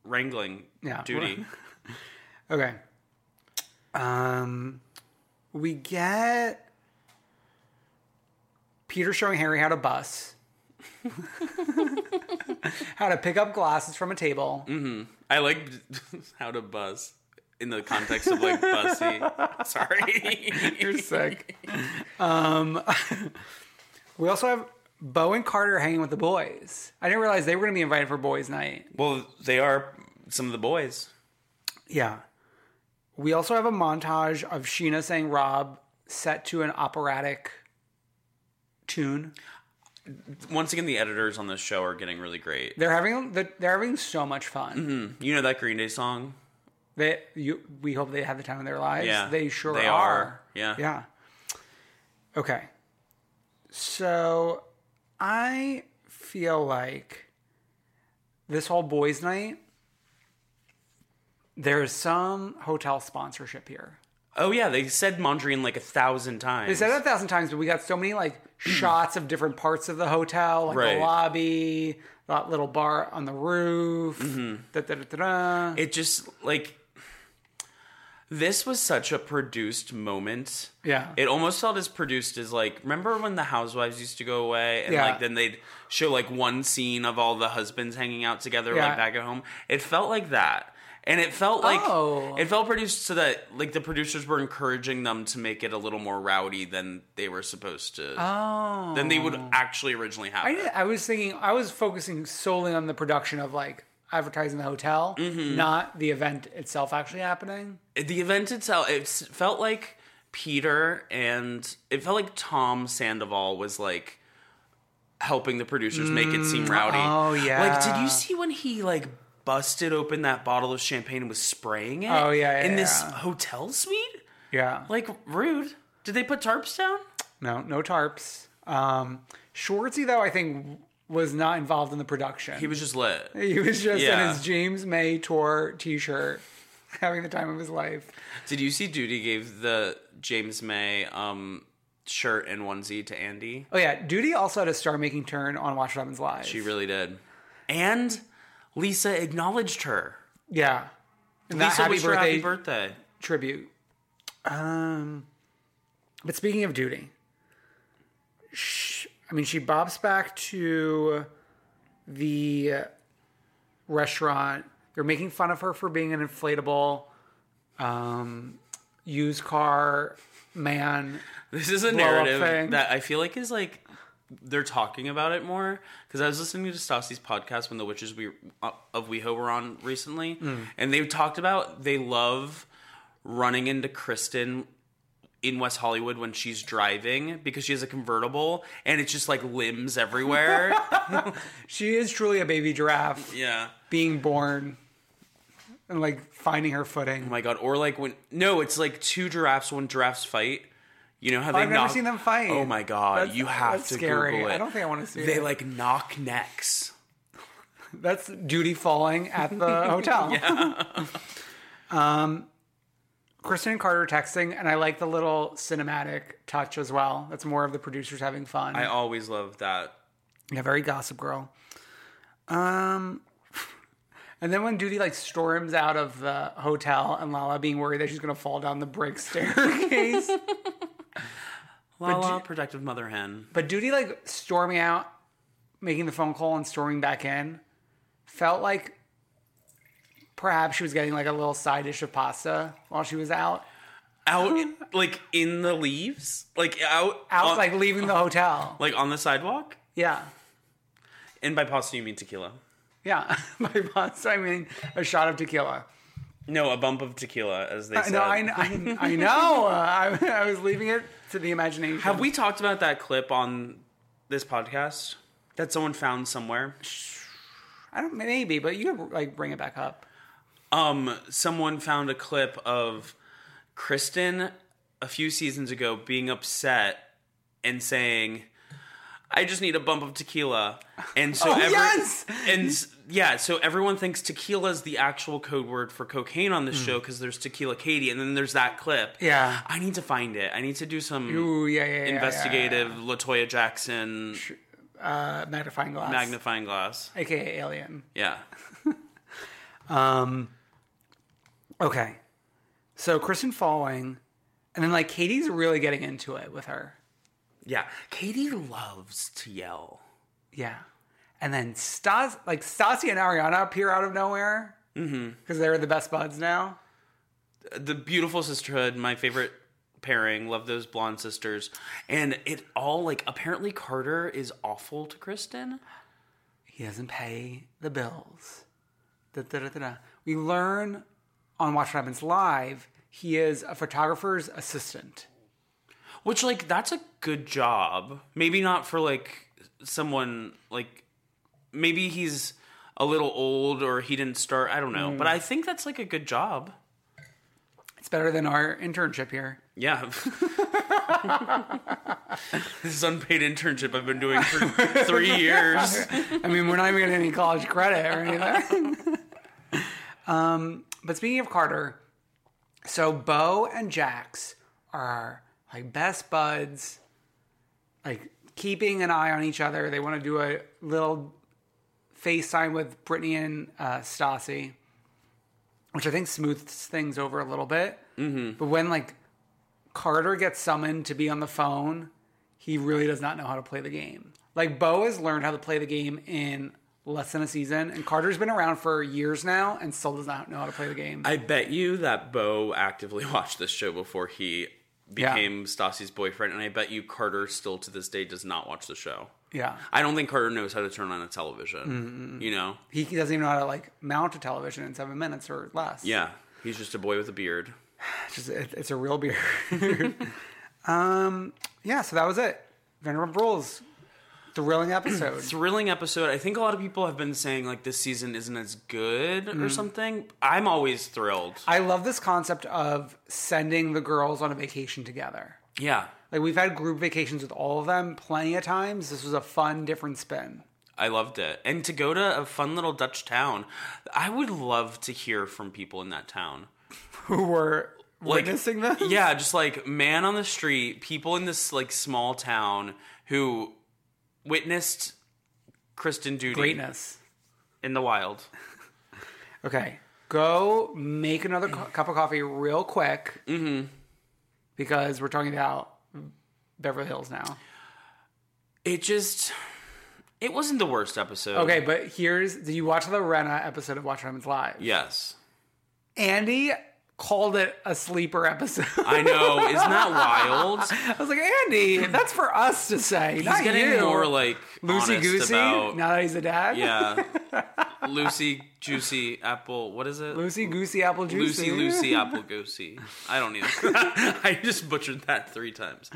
A: wrangling
B: Yeah.
A: duty.
B: Okay. Um, we get Peter showing Harry how to bus, how to pick up glasses from a table.
A: I like how to buzz in the context of like buzzy. Sorry.
B: You're sick. um, we also have Bo and Carter hanging with the boys. I didn't realize they were going to be invited for boys' night.
A: Well, they are some of the boys.
B: Yeah. We also have a montage of Sheena saying Rob set to an operatic tune.
A: Once again, the editors on this show are getting really great.
B: They're having they're having so much fun.
A: You know that Green Day song?
B: They you we hope they have the time of their lives.
A: Yeah,
B: They sure
A: they
B: are.
A: are. Yeah.
B: Yeah. Okay. So I feel like this whole boys' night, there's some hotel sponsorship here.
A: Oh yeah, they said Mondrian like a thousand times.
B: They said that a thousand times, but we got so many like shots of different parts of the hotel, like
A: Right.
B: the lobby, that little bar on the roof.
A: Mm-hmm.
B: Da, da, da, da, da.
A: It just like this was such a produced moment.
B: yeah.
A: It almost felt as produced as like remember when the housewives used to go away and
B: Yeah.
A: like then they'd show like one scene of all the husbands hanging out together
B: Yeah.
A: like back at home. It felt like that. And it felt like
B: Oh.
A: it felt produced so that like the producers were encouraging them to make it a little more rowdy than they were supposed to.
B: oh.
A: Than they would actually originally have.
B: I,
A: it.
B: didn't- I was thinking, I was focusing solely on the production of like advertising the hotel, not the event itself actually happening.
A: the event itself it s- felt like peter and it felt like tom sandoval was like helping the producers make it seem rowdy
B: oh, yeah.
A: like did you see when he like busted open that bottle of champagne and was spraying it
B: Oh, yeah, yeah,
A: in this
B: yeah.
A: hotel suite
B: Yeah.
A: like rude did they put tarps down
B: no, no tarps. Um, Schwartzy, though, I think was not involved in the production.
A: he was just lit
B: He was just in
A: Yeah.
B: his James May tour t shirt, having the time of his life.
A: did you see duty gave the james may um shirt and onesie to andy
B: Oh, yeah. Duty also had a star making turn on Watch What Happens Live.
A: she really did and lisa acknowledged her
B: yeah. And that
A: Lisa
B: happy
A: wished her
B: birthday,
A: happy birthday.
B: tribute. Um, but speaking of duty, sh I mean, she bobs back to the restaurant. They're making fun of her for being an inflatable um, used car man.
A: This is a
B: Blow up
A: narrative
B: thing.
A: that I feel like is like they're talking about it more because I was listening to Stassi's podcast when the witches we uh, of WeHo were on recently,
B: Hmm.
A: and they talked about they love running into Kristen in West Hollywood when she's driving because she has a convertible and it's just like limbs everywhere.
B: She is truly a baby giraffe
A: yeah.
B: being born and like finding her
A: Oh
B: footing.
A: my god! Or like when no, it's like two giraffes when giraffes fight. You know how they
B: Oh, I've never
A: knock-
B: seen them fight.
A: Oh my god!
B: That's-
A: you have
B: that's
A: to
B: scary.
A: Google it.
B: I don't think I wanna see
A: They
B: it.
A: like knock necks.
B: That's duty falling at the hotel. um, Kristen and Carter texting, and I like the little cinematic touch as well. That's more of the producers having fun.
A: I always love that.
B: yeah, very Gossip Girl. Um, and then when Duty like storms out of the hotel, and Lala being worried that she's gonna fall down the brick staircase,
A: Lala, protective mother hen.
B: but Duty like storming out, making the phone call, and storming back in, felt like. Perhaps she was getting like a little side dish of pasta while she was out.
A: Out, in- like in the leaves, like out,
B: Oh. out
A: on,
B: like leaving the hotel.
A: like on the sidewalk.
B: Yeah.
A: And by pasta, you mean tequila?
B: Yeah. By monster, I mean a shot of tequila.
A: No, a bump of tequila, as they
B: I
A: said.
B: know, I, I, I know. Uh, I, I was leaving it to the imagination.
A: Have we talked about that clip on this podcast that someone found somewhere?
B: I don't, maybe, but you could like bring it back up.
A: Um, someone found a clip of Kristen a few seasons ago being upset and saying, I just need a bump of tequila. And so
B: Oh,
A: every,
B: yes!
A: and s- yeah, so everyone thinks tequila is the actual code word for cocaine on this show because there's Tequila Katie, and then there's that clip.
B: Hmm. Yeah.
A: I need to find it. I need to do some
B: Ooh, yeah, yeah, yeah, yeah,
A: investigative Latoya Jackson
B: Uh, magnifying glass.
A: magnifying glass.
B: AKA alien.
A: Yeah,
B: Um, okay. So Kristen falling, and then like Katie's really getting into it with her.
A: yeah. Katie loves to yell.
B: Yeah. And then Stas, like Stassi and Ariana appear out of nowhere because mm-hmm. they're the best buds now.
A: the beautiful sisterhood, my favorite pairing. Love those blonde sisters. And it all like apparently Carter is awful to Kristen.
B: He doesn't pay the bills. Da, da, da, da, da. We learn on Watch What Happens Live, he is a photographer's assistant.
A: Which like that's a good job. Maybe not for like someone like maybe he's a little old or he didn't start, I don't know. But I think that's like a good job.
B: It's better than our internship here.
A: Yeah. this is unpaid internship I've been doing for 3 years.
B: I mean, we're not even getting any college credit or anything. um, but speaking of Carter, so Bo and Jax are like best buds, like keeping an eye on each other. They want to do a little FaceTime with Brittany and uh, Stassi, which I think smooths things over a little bit. Mm-hmm. But when like Carter gets summoned to be on the phone, he really does not know how to play the game. Like Bo has learned how to play the game in less than a season, and Carter's been around for years now and still does not know how to play the game.
A: I bet you that Bo actively watched this show before he
B: Yeah.
A: became Stassi's boyfriend, and I bet you Carter still to this day does not watch the show.
B: yeah,
A: I don't think Carter knows how to turn on a television. You know?
B: he doesn't even know how to like mount a television in seven minutes or less.
A: Yeah. He's just a boy with a beard.
B: it's, just, it, it's a real beer. um, yeah, so that was it. Vanderpump Rules, thrilling episode.
A: Thrilling episode. I think a lot of people have been saying like this season isn't as good or something. I'm always thrilled.
B: Mm. I love this concept of sending the girls on a vacation together.
A: yeah.
B: Like we've had group vacations with all of them plenty of times. This was a fun, different spin.
A: I loved it. And to go to a fun little Dutch town, I would love to hear from people in that town.
B: Who were witnessing this?
A: Yeah, just like man on the street, people in this like small town who witnessed Kristen Duty
B: Greatness.
A: in the wild.
B: Okay. Go make another cu- cup of coffee real quick. Mm-hmm. Because we're talking about Beverly Hills now.
A: It just it wasn't the worst episode.
B: Okay, but here's did you watch the Rena episode of Watch What Happens Live?
A: Yes.
B: Andy called it a sleeper episode.
A: I know. Isn't that wild?
B: I was like, Andy, that's for us to say.
A: He's getting more like
B: loosey
A: honest
B: goosey
A: about
B: now that he's a dad.
A: yeah. Lucy Juicy Apple. What is it?
B: Loosey goosey apple juice.
A: Lucy Lucy Apple Goosey. I don't either. I just butchered that three times.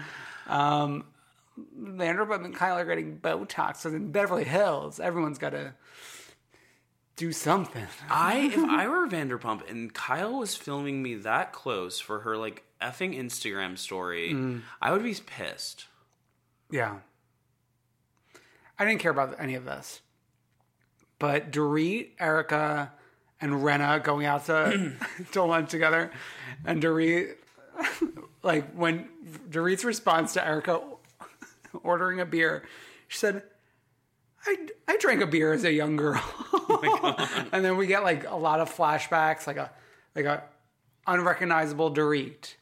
B: Vanderpump and Kyle are getting Botox. So in Beverly Hills, everyone's got to do something.
A: I if I were Vanderpump and Kyle was filming me that close for her like effing Instagram story, I would be pissed.
B: Yeah. I didn't care about any of this. But Dorit, Erica, and Rena going out to, to lunch together. And Dorit, like when Dorit's response to Erica ordering a beer, she said, I, I drank a beer as a young girl. and then we get like a lot of flashbacks, like a like a unrecognizable Dorit.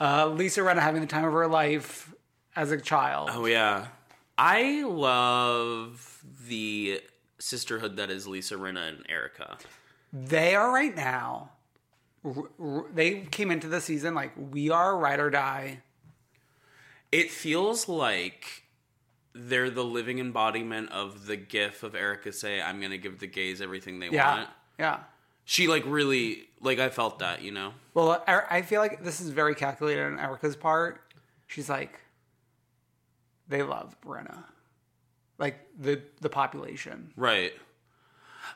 B: Uh, Lisa Rena having the time of her life as a child.
A: Oh yeah. I love the sisterhood that is Lisa Rinna and Erica.
B: They are right now. r- r- They came into the season like we are ride or die.
A: It feels like they're the living embodiment of the gif of Erica say, I'm gonna give the gays everything they
B: Yeah,
A: want.
B: yeah.
A: She like really like I felt that, you know?
B: Well, I, I feel like this is very calculated on Erica's part. She's like, they love Brenna, like the the population.
A: Right.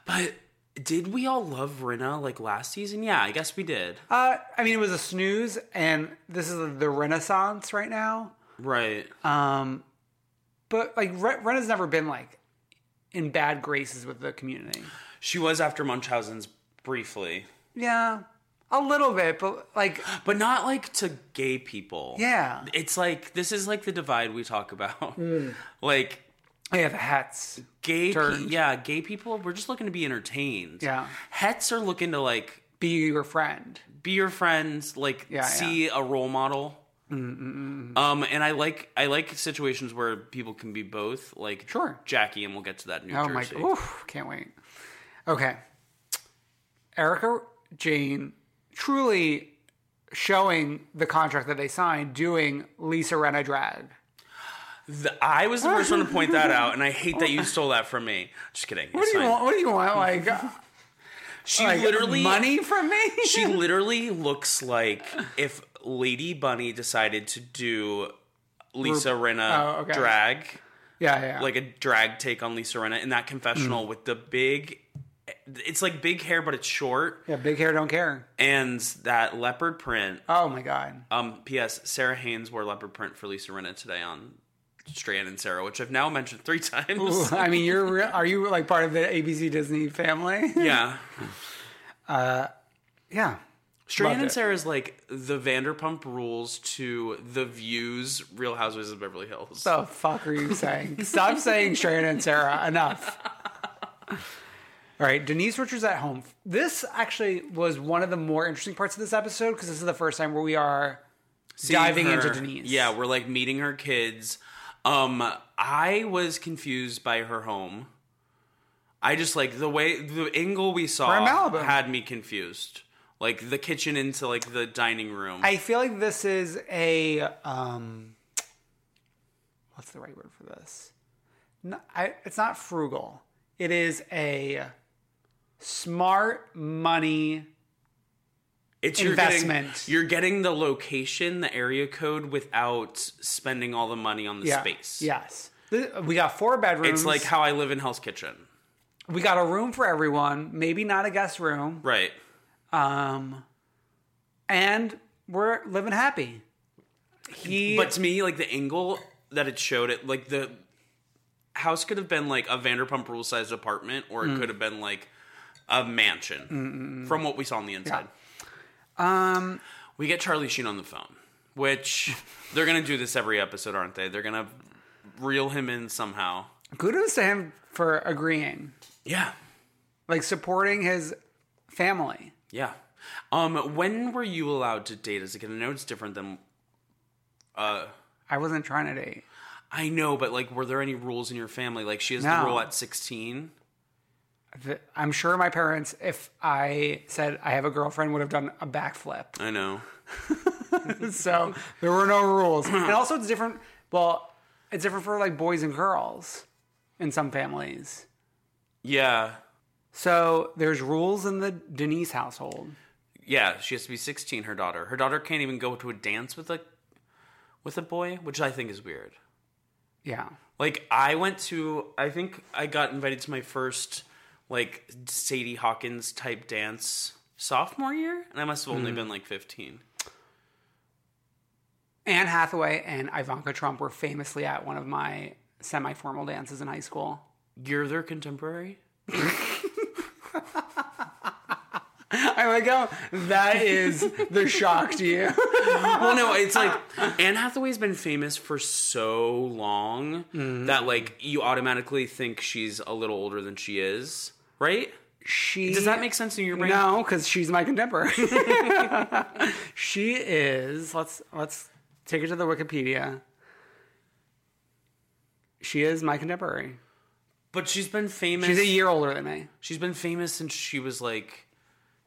A: But did we all love Rinna like last season? Yeah, I guess we did.
B: Uh, I mean, it was a snooze, and this is the Renaissance right now.
A: Right.
B: Um, But like Ren, Ren has never been like in bad graces with the community.
A: She was after Munchausen's briefly,
B: Yeah, a little bit, but like
A: but not like to gay people.
B: Yeah.
A: It's like this is like the divide we talk about. Like
B: yeah, the hats.
A: gay pe-
B: Hmm. Turned.
A: yeah, gay people we're just looking to be entertained.
B: Yeah.
A: Hets are looking to like
B: Be your friend.
A: be your friends, like
B: Yeah,
A: see a role model. Um, and I like I like situations where people can be both, like
B: Sure.
A: Jackie, and we'll get to that in New
B: Oh my!
A: Jersey.
B: Oof, can't wait. Okay, Erica Jane truly showing the contract that they signed, doing Lisa Renna drag.
A: Th- I was the first one to point that out, and I hate that you stole that from me. Just kidding.
B: What
A: it's
B: do you
A: fine.
B: want? What do you want? Like, uh,
A: She
B: like
A: literally
B: money from me?
A: She literally looks like if Lady Bunny decided to do Lisa Rinna
B: oh, okay.
A: drag,
B: yeah, yeah.
A: like a drag take on Lisa Rinna in that
B: Mm.
A: confessional with the big. It's like big hair, but it's short,
B: yeah, big hair, don't care.
A: and that leopard print.
B: Oh my god.
A: Um, P.S. Sarah Haynes wore leopard print for Lisa Rinna today on Strand and Sarah, which I've now mentioned three
B: Ooh,
A: times.
B: I mean, you're real, are you like part of the ABC Disney family?
A: yeah,
B: Yeah.
A: Strand
B: Loved
A: and
B: it.
A: Sarah is like the Vanderpump Rules to the Views Real Housewives of Beverly Hills.
B: The fuck are you saying? Stop saying Sharon and Sarah. Enough. All right, Denise Richards at home. This actually was one of the more interesting parts of this episode because this is the first time where we are
A: seeing
B: diving
A: her-
B: into Denise.
A: Yeah, we're like meeting her kids. Um, I was confused by her home. I just like the way the angle we saw
B: We're in Malibu.
A: had me confused. Like the kitchen into like the dining room.
B: I feel like this is a um, what's the right word for this? No, I, it's not frugal. It is a smart money.
A: it's You're
B: investment.
A: getting, you're getting the location, the area code, without spending all the money on the
B: Yeah.
A: space.
B: Yes. Th- We got four bedrooms.
A: it's like how I live in Hell's Kitchen,
B: we got a room for everyone. Maybe not a guest room.
A: right?
B: Um, and we're living happy. He,
A: But to me, like the angle that it showed it, like the house could have been like a Vanderpump Rule sized apartment, or
B: Mm.
A: it could have been like a mansion. From what we saw on the inside,
B: um,
A: we get Charlie Sheen on the phone, which they're gonna do this every episode, aren't they? They're gonna reel him in somehow.
B: kudos to him for agreeing,
A: Yeah,
B: like supporting his family.
A: yeah. Um, when were you allowed to date as a kid? I know it's different than. Uh,
B: I wasn't trying to date.
A: I know, but like, were there any rules in your family? Like, she has
B: No.
A: the rule at sixteen.
B: Th- I'm sure my parents, if I said I have a girlfriend, would have done a backflip.
A: I know.
B: so there were no rules. And also, it's different. Well, it's different for like boys and girls in some families.
A: Yeah,
B: So there's rules in the Denise household.
A: Yeah, she has to be 16. Her daughter. Her daughter can't even go to a dance with a with a boy, which I think is weird.
B: Yeah.
A: Like I went to, I think I got invited to my first like Sadie Hawkins type dance sophomore year, and I must have only been like 15.
B: Anne Hathaway and Ivanka Trump were famously at one of my semi formal dances in high school.
A: You're their contemporary.
B: I like how that is the shock to you.
A: well, no, it's like Anne Hathaway's been famous for so long
B: Mm-hmm.
A: that like you automatically think she's a little older than she is, right?
B: She
A: Does that make sense in your brain?
B: No, because she's my contemporary. she is. Let's let's take it to the Wikipedia. She is my contemporary.
A: But she's been famous.
B: She's a year older than me.
A: She's been famous since she was like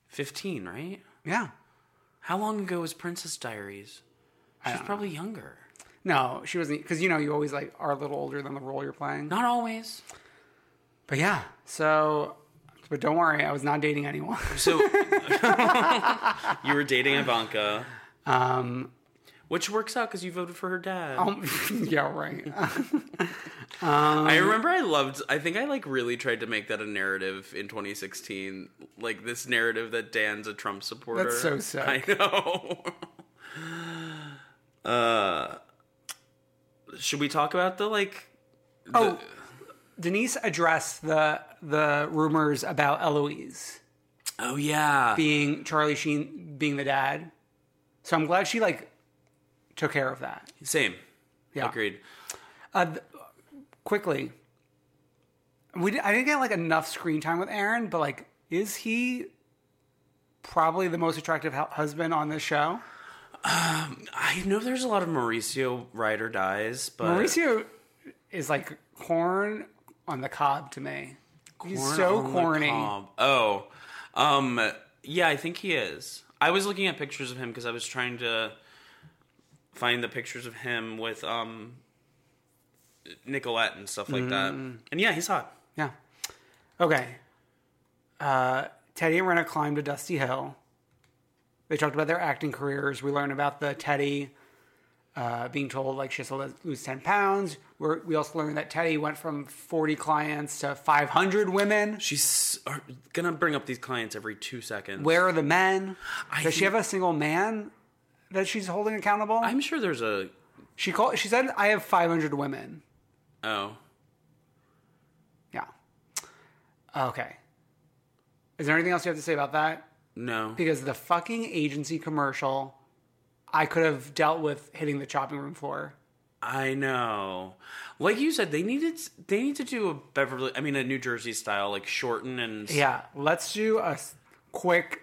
A: 15, right?
B: Yeah.
A: How long ago was Princess Diaries? She's probably younger.
B: No, she wasn't. Because you know, you always like are a little older than the role you're playing.
A: Not always.
B: But yeah. So, but don't worry, I was not dating anyone.
A: So you were dating Ivanka,
B: Um.
A: which works out because you voted for her dad.
B: um, yeah. Right.
A: I remember I loved, I think I like really tried to make that a narrative in 2016. Like this narrative that Dan's a Trump supporter.
B: That's so sick.
A: I know. uh, should we talk about the like
B: Oh, Denise addressed the the rumors about Eloise
A: Oh yeah.
B: being Charlie Sheen being the dad. So I'm glad she like took care of that.
A: Same.
B: Yeah.
A: Agreed.
B: Quickly, we di- I didn't get like enough screen time with Aaron, but like, is he probably the most attractive hu- husband on this show?
A: I know there's a lot of Mauricio ride or dies, but
B: Mauricio is like corn on the cob to me. He's
A: Corn
B: so
A: on the
B: corny.
A: cob. Oh, um, yeah, I think he is. I was looking at pictures of him because I was trying to find the pictures of him with um Nicolette and stuff like that.
B: Mm.
A: And yeah, he's hot.
B: Yeah. Okay. Uh, Teddy and Renna climbed a dusty hill. They talked about their acting careers. We learned about the Teddy uh, being told like she has to lo- lose ten pounds. We're, we also learned that Teddy went from forty clients to five hundred women.
A: She's are, gonna bring up these clients every two seconds.
B: Where are the men?
A: I
B: Does she
A: think-
B: have a single man that she's holding accountable?
A: I'm sure there's a
B: she called. She said, "I have five hundred women."
A: oh
B: Yeah. Okay. Is there anything else you have to say about that?
A: no.
B: because the fucking agency commercial I could have dealt with hitting the chopping room floor.
A: I know. Like you said, they needed they need to do a Beverly, I mean a New Jersey style, like shorten and
B: Yeah, let's do a s- quick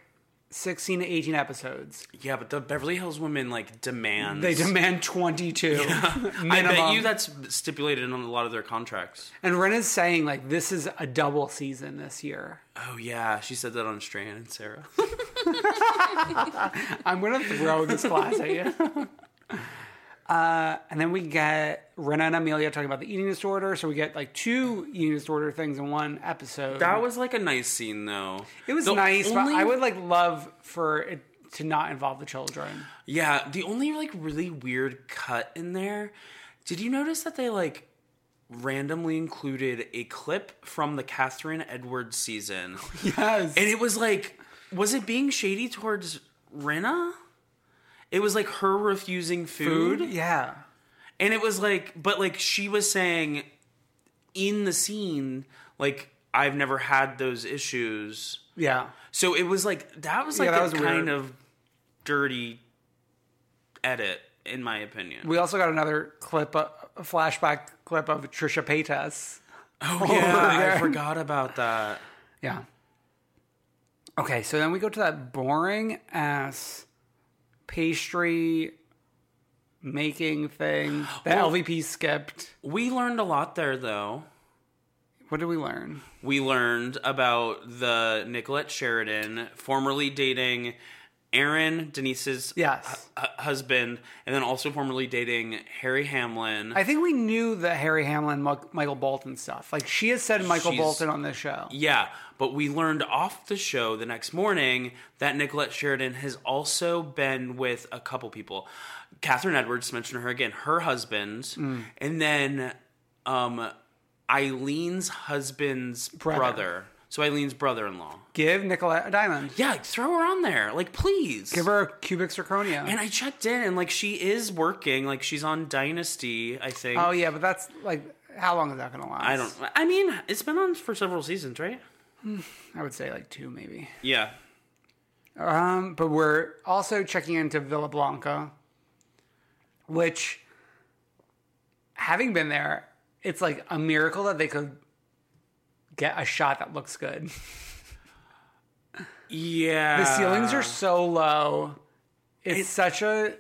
B: 16 to 18 episodes.
A: Yeah, but the Beverly Hills women like demands.
B: They demand 22 minimum.
A: I bet you that's stipulated in a lot of their contracts.
B: and Ren is saying like this is a double season this year.
A: Oh yeah, she said that on Strand and Sarah.
B: I'm gonna throw this glass at you. Uh, and then we get Rena and Amelia talking about the eating disorder. So we get like two eating disorder things in one episode.
A: that was like a nice scene though.
B: It was
A: The
B: nice,
A: only-
B: but I would like love for it to not involve the children.
A: Yeah, the only like really weird cut in there. Did you notice that they like randomly included a clip from the Catherine Edwards season?
B: Yes.
A: And it was like, was it being shady towards Rena? It was like her refusing food.
B: Yeah.
A: And it was like, but like she was saying in the scene, like, I've never had those issues.
B: Yeah.
A: So it was like, that was like
B: Yeah, that
A: a
B: was
A: kind
B: weird.
A: of dirty edit, in my opinion.
B: We also got another clip, a a flashback clip of Trisha Paytas.
A: oh, yeah. I forgot about that.
B: Yeah. Okay, so then we go to that boring ass pastry making thing that LVP skipped.
A: We learned a lot there, though.
B: What did we learn?
A: we learned about the Nicolette Sheridan formerly dating Aaron Denise's
B: Yes.
A: hu- husband, and then also formerly dating Harry Hamlin.
B: I think we knew the Harry Hamlin, Mi- Michael Bolton stuff. Like she has said Michael
A: She's-
B: Bolton on this show.
A: yeah, but we learned off the show the next morning that Nicolette Sheridan has also been with a couple people. Catherine Edwards mentioned her again, her husband,
B: Mm.
A: and then um, Eileen's husband's brother. So Eileen's brother-in-law.
B: Give Nicolette a diamond.
A: Yeah, throw her on there, like please.
B: Give her a cubic zirconia.
A: And I checked in, and like she is working, like she's on Dynasty, I think.
B: oh yeah, but that's like how long is that gonna last?
A: I don't. I mean, it's been on for several seasons, right?
B: I would say like two maybe.
A: Yeah.
B: Um, but we're also checking into Villa Blanca, which having been there, it's like a miracle that they could get a shot that looks good.
A: Yeah.
B: The ceilings are so low. It's such a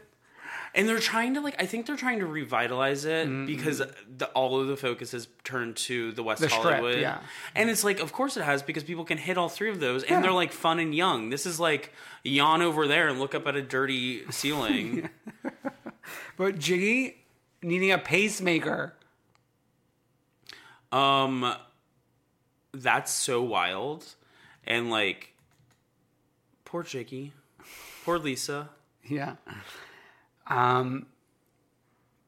A: and they're trying to like. I think they're trying to revitalize it
B: Mm-hmm.
A: because the, all of the focus has turned to the West
B: The Strip,
A: Hollywood.
B: yeah.
A: And it's like, of course it has because people can hit all three of those, and they're like fun and young. This is like yawn over there and look up at a dirty ceiling.
B: but Jiggy needing a pacemaker.
A: Um, that's so wild, and like, poor Jakey, poor Lisa.
B: Yeah. Um,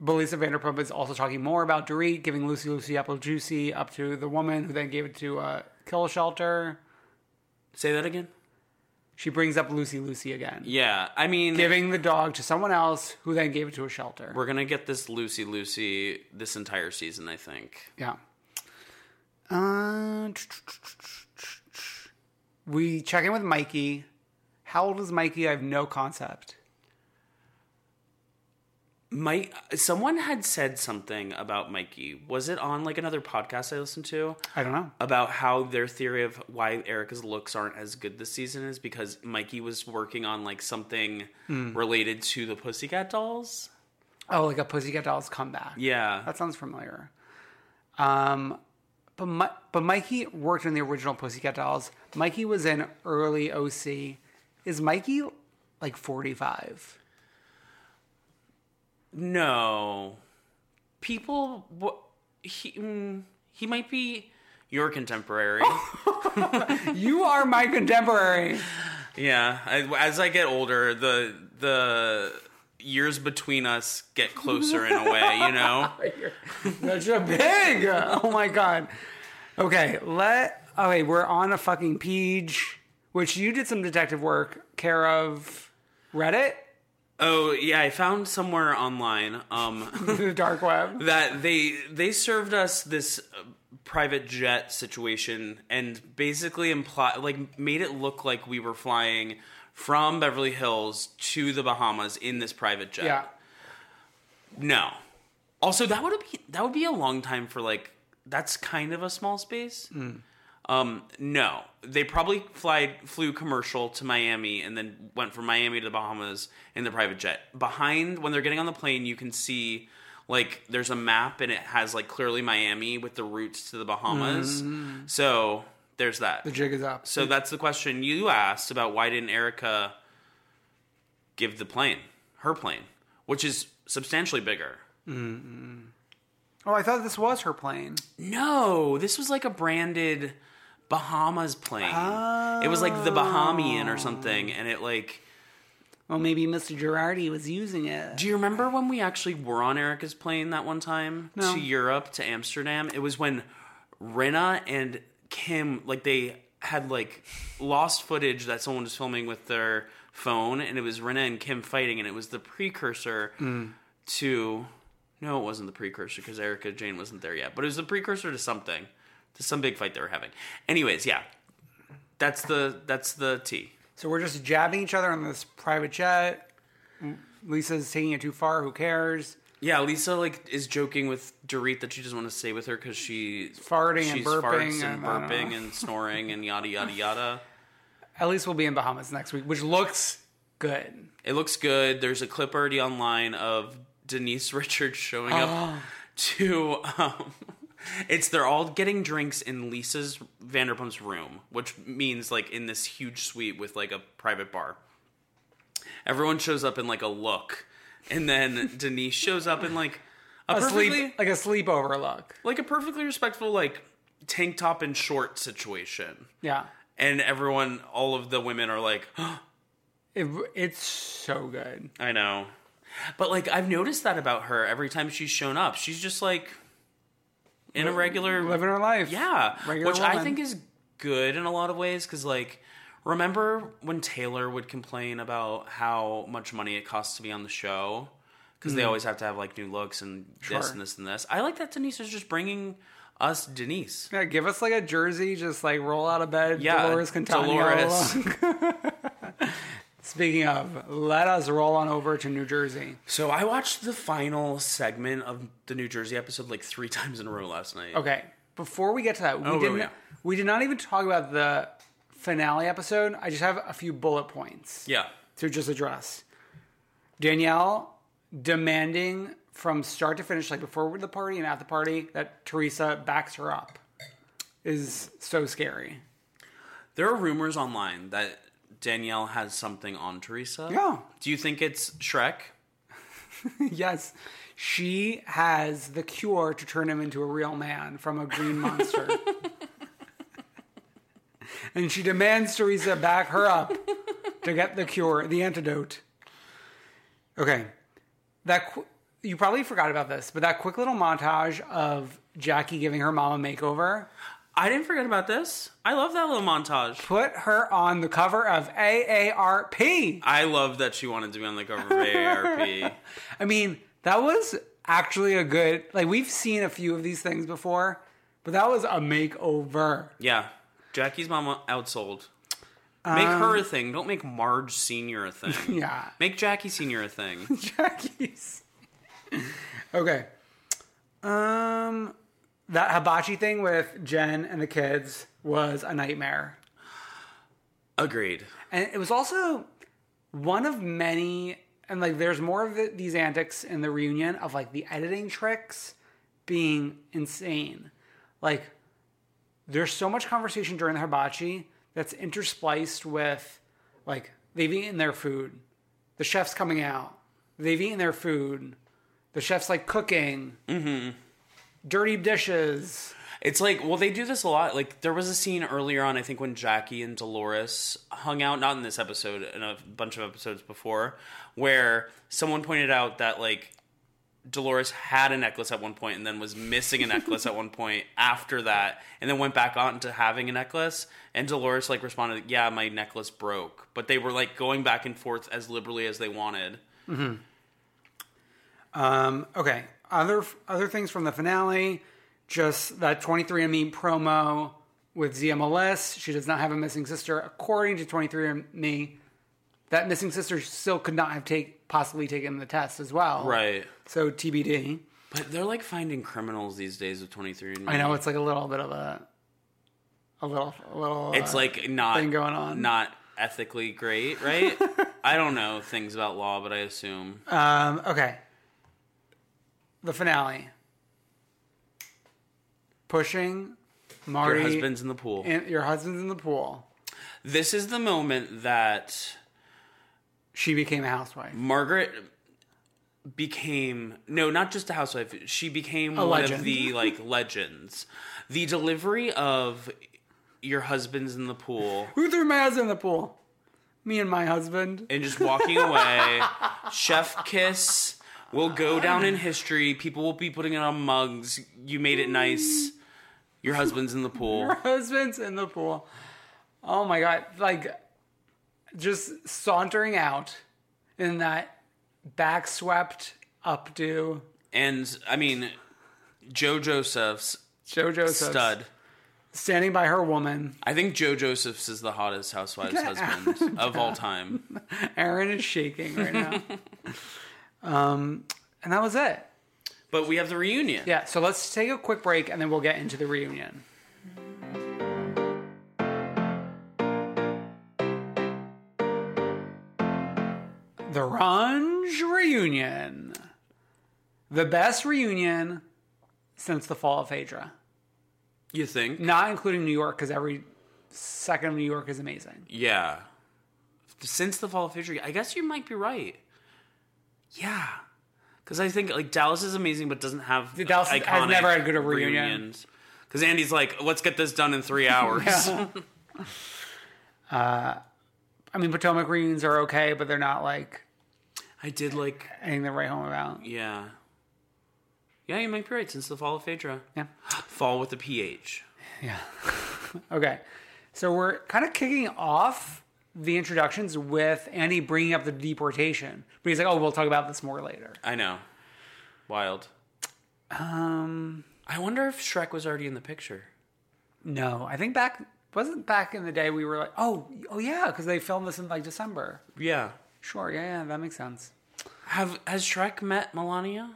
B: but Lisa Vanderpump is also talking more about Dorit giving Lucy Lucy Apple Juicy up to the woman who then gave it to uh, Kill Shelter.
A: Say that again.
B: she brings up Lucy Lucy again,
A: Yeah, I mean,
B: giving the dog to someone else who then gave it to a shelter.
A: we're gonna get this Lucy Lucy this entire season. I think.
B: Yeah. Uh, we check in with Mikey. How old is Mikey? I have no concept.
A: Mike, someone had said something about Mikey. Was it on like another podcast I listened to
B: I don't know.
A: about how their theory of why Erica's looks aren't as good this season is because Mikey was working on like something related to the Pussycat Dolls?
B: Oh, like a Pussycat Dolls comeback.
A: Yeah,
B: That sounds familiar. Um, but Mi- but Mikey worked in the original Pussycat Dolls. Mikey was in early OC. Is Mikey like 45?
A: no, people. wha- He mm, he might be your contemporary.
B: You are my contemporary.
A: Yeah, I, as I get older, the the years between us get closer in a way, you know.
B: That's a pig. Oh my god. Okay, let. Okay, we're on a fucking page, which you did some detective work, care of Reddit,
A: Oh yeah, I found somewhere online um,
B: the dark web.
A: that they they served us this uh, private jet situation and basically imply like made it look like we were flying from Beverly Hills to the Bahamas in this private jet.
B: Yeah.
A: No. Also, that would be that would be a long time for like that's kind of a small space. Um, no, they probably fly flew commercial to Miami and then went from Miami to the Bahamas in the private jet. Behind when they're getting on the plane, you can see like there's a map and it has like clearly Miami with the routes to the Bahamas. So there's that.
B: The jig is up.
A: so that's the question you asked about why didn't Erica give the plane, her plane, which is substantially bigger.
B: Oh, I thought this was her plane.
A: No, this was like a branded Bahamas plane. It was like the Bahamian or something, and it like.
B: Well, maybe Mr. Girardi was using it.
A: Do you remember when we actually were on Erica's plane that one time to Europe to Amsterdam? It was when Rena and Kim like they had like lost footage that someone was filming with their phone, and it was Rena and Kim fighting, and it was the precursor to. No, it wasn't the precursor because Erica Jane wasn't there yet, but it was the precursor to something, to some big fight they were having. Anyways, yeah, that's the that's the T.
B: So we're just jabbing each other on this private jet. Lisa's taking it too far. Who cares?
A: Yeah, Lisa like is joking with Dorit that she doesn't want to stay with her because she
B: Farting and
A: she's
B: burping
A: farts and
B: and I don't
A: burping
B: know.
A: and snoring and yada yada yada.
B: At least we'll be in Bahamas next week, which looks good.
A: It looks good. There's a clip already online of Denise Richards showing up
B: Oh.
A: to. Um, it's they're all getting drinks in Lisa's Vanderpump's room, which means like in this huge suite with like a private bar. Everyone shows up in like a look, and then Denise shows up in like a,
B: A
A: perfectly
B: sleep, like a sleepover look.
A: like a perfectly respectful like tank top and short situation
B: Yeah,
A: and everyone all of the women are like
B: it, it's so good.
A: i know but like i've noticed that about her every time she's shown up she's just like in a regular
B: Living her life.
A: yeah
B: regular
A: which i
B: woman.
A: think is good in a lot of ways because like remember when taylor would complain about how much money it costs to be on the show because they always have to have like new looks and this
B: Mm-hmm. Sure.
A: and this and this i like that denise is just bringing us denise
B: Yeah, give us like a jersey, just like roll out of bed.
A: Yeah,
B: Dolores Cantano.
A: Dolores.
B: Speaking of, let us roll on over to New Jersey.
A: So I watched the final segment of the New Jersey episode like three times in a row last night.
B: Okay, before we get to that, we
A: Oh,
B: didn't.
A: yeah.
B: We did not even talk about the finale episode. I just have a few bullet points
A: Yeah.
B: to just address. Danielle demanding from start to finish, like before the party and at the party, that Teresa backs her up is so scary.
A: There are rumors online that Danielle has something on Teresa.
B: Yeah.
A: Do you think it's Shrek?
B: Yes. She has the cure to turn him into a real man from a green monster. and she demands Teresa back her up to get the cure, the antidote. Okay. That qu- you probably forgot about this, but that quick little montage of Jackie giving her mom a makeover
A: I didn't forget about this. I love that little montage.
B: Put her on the cover of AARP.
A: I love that she wanted to be on the cover of AARP.
B: I mean, that was actually a good, like, we've seen a few of these things before, but that was a makeover.
A: yeah. Jackie's mama outsold. Make her a thing. Don't make Marge Senior a thing.
B: Um, Yeah.
A: Make Jackie Senior a thing.
B: Jackie's. okay. Um, that hibachi thing with Jen and the kids was a nightmare.
A: Agreed.
B: And it was also one of many, and like there's more of the, these antics in the reunion of like the editing tricks being insane. Like there's so much conversation during the hibachi that's interspliced with like they've eaten their food, the chef's coming out, they've eaten their food, the chef's like cooking, mm-hmm. dirty dishes.
A: It's like, well, they do this a lot. Like, there was a scene earlier on, I think, when Jackie and Dolores hung out, not in this episode, in a bunch of episodes before, where someone pointed out that, like, Dolores had a necklace at one point and then was missing a necklace at one point after that, and then went back on to having a necklace. And Dolores, like, responded, Yeah, my necklace broke. But they were, like, going back and forth as liberally as they wanted.
B: Um, okay. Other other things from the finale, just that 23andMe promo with Zia Mellis. She does not have a missing sister, according to 23andMe. That missing sister still could not have take possibly taken the test as well.
A: Right.
B: So TBD.
A: But they're, like, finding criminals these days with 23 and
B: I know it's like a little bit of a a little a little.
A: it's
B: uh,
A: like not
B: thing going on.
A: not ethically great, right? I don't know things about law, but I assume
B: um, okay. The finale. Pushing
A: your
B: Marty.
A: husband's in the pool.
B: and your husband's in the pool.
A: This is the moment that
B: She became a housewife.
A: Margaret became no, not just a housewife. She became one
B: legend.
A: of the like legends. The delivery of your husband's in the pool
B: Who threw my husband in the pool? Me and my husband.
A: and just walking away, chef kiss will go down in history. People will be putting it on mugs. You made it nice. Your husband's in the pool.
B: Our husband's in the pool. Oh my god! Like, just sauntering out in that backswept updo.
A: And I mean, Joe Joseph's
B: Joe Joseph
A: stud.
B: standing by her woman.
A: I think Joe Joseph's is the hottest housewife's husband of all time.
B: Aaron is shaking right now. um, and that was it.
A: But we have the reunion.
B: Yeah. So let's take a quick break, and then we'll get into the reunion. The Range Reunion. The best reunion since the fall of Phaedra.
A: You think?
B: Not including New York, because every second of New York is amazing.
A: Yeah. Since the fall of Fisher, I guess you might be right. Yeah. Because I think like Dallas is amazing, but doesn't have
B: The Dallas has never had good a reunion.
A: Because Andy's like, let's get this done in three hours.
B: I mean, Potomac reunions are okay, but they're not like
A: I did like,
B: anything to write home about.
A: yeah, yeah. You might be right. Since the fall of Phaedra,
B: Yeah.
A: fall with a ph.
B: Okay. So we're kind of kicking off the introductions with Andy bringing up the deportation. But he's like, oh, we'll talk about this more later.
A: I know. Wild.
B: Um,
A: I wonder if Shrek was already in the picture.
B: no, I think back, wasn't back in the day we were like, oh, oh yeah, because they filmed this in like December.
A: Yeah.
B: Sure. Yeah, yeah, that makes sense.
A: Have has Shrek met Melania?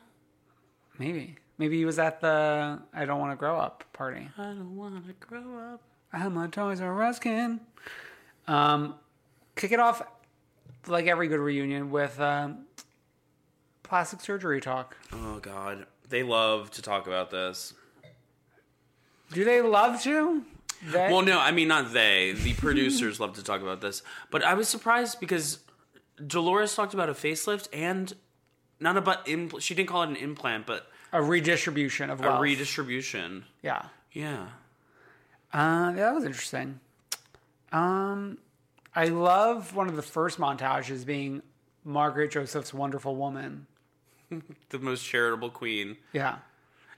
B: Maybe. Maybe he was at the I don't want to grow up party.
A: I don't wanna grow up.
B: How my toys are Ruskin. Um, kick it off like every good reunion with um, plastic surgery talk.
A: Oh god. They love to talk about this.
B: Do they love to? They-
A: Well, no, I mean not they. The producers love to talk about this. But I was surprised because Dolores talked about a facelift and not about impl- she didn't call it an implant, but
B: a redistribution of
A: a
B: wealth.
A: redistribution.
B: yeah.
A: Yeah.
B: Uh, yeah, that was interesting. Um, I love one of the first montages being Margaret Joseph's Wonderful Woman.
A: The most charitable queen.
B: Yeah.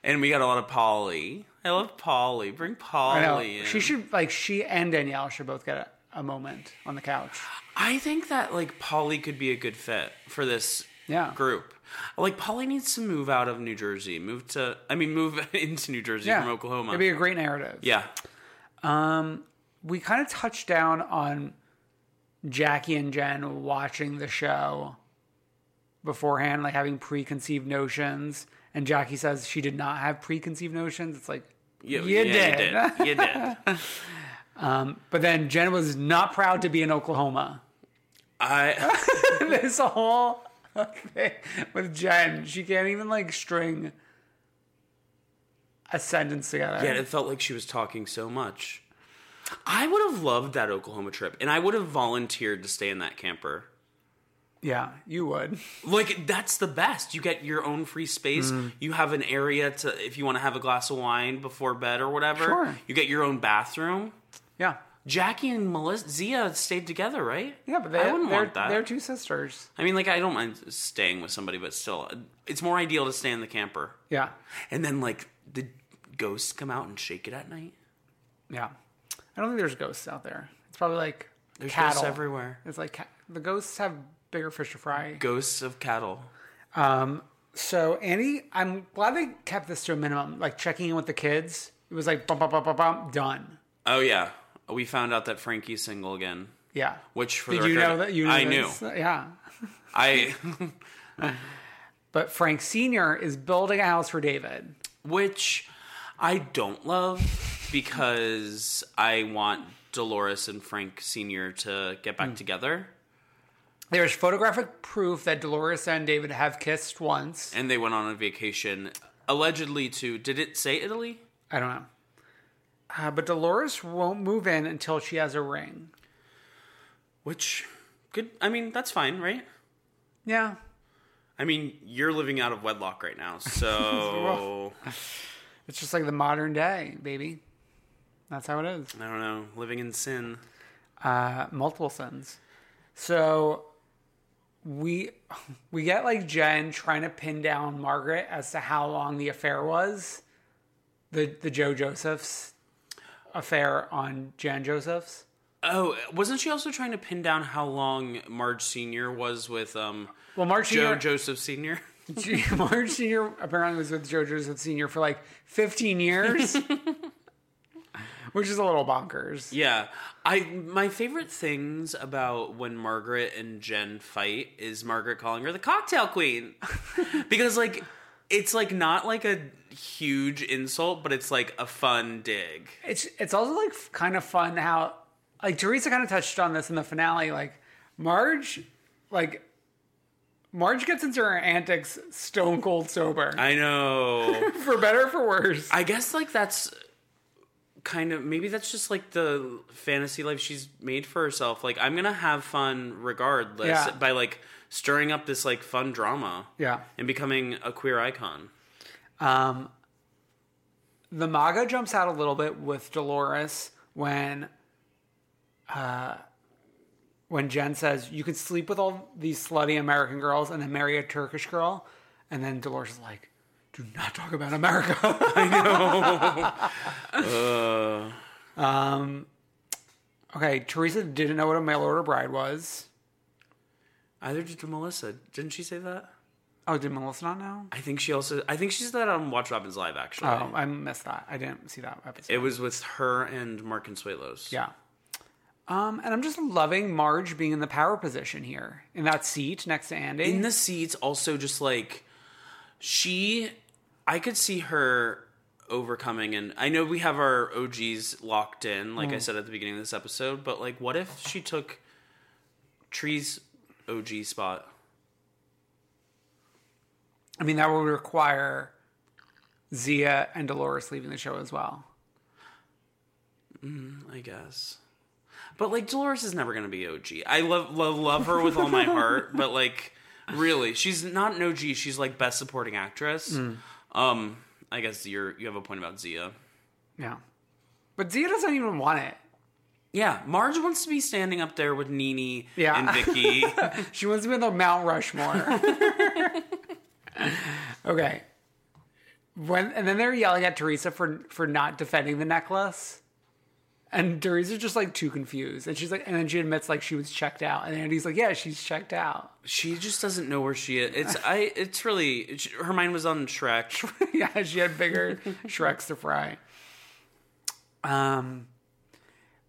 A: And we got a lot of Polly. I love Polly. Bring
B: I
A: Polly
B: know.
A: in.
B: She should like she and Danielle should both get a, a moment on the couch.
A: I think that like Polly could be a good fit for this
B: Yeah.
A: group. Like Polly needs to move out of New Jersey. Move to I mean move into New Jersey
B: Yeah.
A: from Oklahoma.
B: It'd be a great narrative.
A: yeah.
B: We kind of touched down on Jackie and Jen watching the show beforehand, like having preconceived notions. And Jackie says she did not have preconceived notions. It's like,
A: You,
B: You
A: You did. You did.
B: but then Jen was not proud to be in Oklahoma.
A: I
B: this whole thing with Jen, she can't even like string a sentence together.
A: yeah, it felt like she was talking so much. I would have loved that Oklahoma trip and I would have volunteered to stay in that camper.
B: Yeah, you would.
A: Like that's the best. You get your own free space.
B: Mm.
A: You have an area to if you want to have a glass of wine before bed or whatever.
B: Sure.
A: You get your own bathroom.
B: Yeah.
A: Jackie and Melissa Zia stayed together, right?
B: Yeah, but they,
A: I wouldn't
B: they're,
A: want that.
B: they're two sisters.
A: I mean, like I don't mind staying with somebody, but still, it's more ideal to stay in the camper.
B: Yeah.
A: And then like the ghosts come out and shake it at night.
B: Yeah. I don't think there's ghosts out there. It's probably like
A: There's
B: cattle.
A: ghosts everywhere.
B: It's like ca- the ghosts have bigger fish to fry.
A: Ghosts of cattle.
B: Um, so Annie, I'm glad they kept this to a minimum. Like checking in with the kids, it was like bum bum bum bum bum done.
A: Oh yeah, we found out that Frankie's single again.
B: Yeah.
A: Which for
B: Did
A: the
B: you
A: record,
B: know that you knew
A: I
B: this?
A: knew.
B: Yeah.
A: I
B: But Frank Senior is building a house for David.
A: which I don't love because I want Dolores and Frank Senior to get back together,
B: There's photographic proof that Dolores and David have kissed once.
A: and they went on a vacation allegedly to. Did it say Italy?
B: I don't know. Uh, but Dolores won't move in until she has a ring.
A: Which good. I mean, that's fine, right?
B: Yeah.
A: I mean, you're living out of wedlock right now, so
B: It's just like the modern day, baby. That's how it is.
A: I don't know. Living in sin.
B: Uh, multiple sins. So we we get like Jen trying to pin down Margaret as to how long the affair was. The the Joe Josephs affair on Jan Josephs.
A: Oh, wasn't she also trying to pin down how long Marge Senior was with um
B: Well, Marge
A: Joe
B: Senior,
A: Joseph Senior?
B: Marge Senior apparently was with Joe Joseph Senior for like fifteen years, which is a little bonkers.
A: Yeah, I my favorite things about when Margaret and Jen fight is Margaret calling her the cocktail queen because like it's like not like a huge insult, but it's like a fun dig.
B: It's it's also like f- kind of fun how like Teresa kind of touched on this in the finale. Like Marge, like Marge gets into her antics stone cold sober
A: I know.
B: for better or for worse.
A: I guess like that's kind of maybe that's just like the fantasy life she's made for herself. Like I'm gonna have fun regardless
B: Yeah.
A: by like stirring up this like fun drama
B: yeah.
A: and becoming a queer icon.
B: Um, the MAGA jumps out a little bit with Dolores when, uh, when Jen says you can sleep with all these slutty American girls and then marry a Turkish girl, and then Dolores is like, "Do not talk about America." I know. Um. Okay, Teresa didn't know what a mail order bride was.
A: Either did Melissa. Didn't she say that?
B: Oh, did Melissa not know?
A: I think she also. I think she said that on Watch Robin's Live. Actually,
B: Oh, I missed that. I didn't see that episode.
A: it was with her and Mark Consuelos.
B: Yeah. Um, and I'm just loving Marge being in the power position here in that seat next to Andy.
A: in the seats also just like she i could see her overcoming and i know we have our og's locked in like
B: Mm.
A: i said at the beginning of this episode but like what if she took trees og spot
B: I mean, that would require Zia and Dolores leaving the show as well.
A: i guess but like dolores is never gonna be og i love love, love her with all my heart but like really she's not an og she's like best supporting actress
B: Hmm.
A: um i guess you're you have a point about zia
B: Yeah. But Zia doesn't even want it.
A: Yeah, Marge wants to be standing up there with Nene
B: Yeah.
A: and Vicky.
B: She wants to be in the Mount Rushmore. okay. when and then they're yelling at Teresa for for not defending the necklace. And Teresa's just like too confused. And she's like and then she admits like she was checked out. And Andy's like, Yeah, she's checked out.
A: She just doesn't know where she is. It's I. It's really it's- her mind was on Shrek.
B: yeah, she had bigger Shreks to fry. Um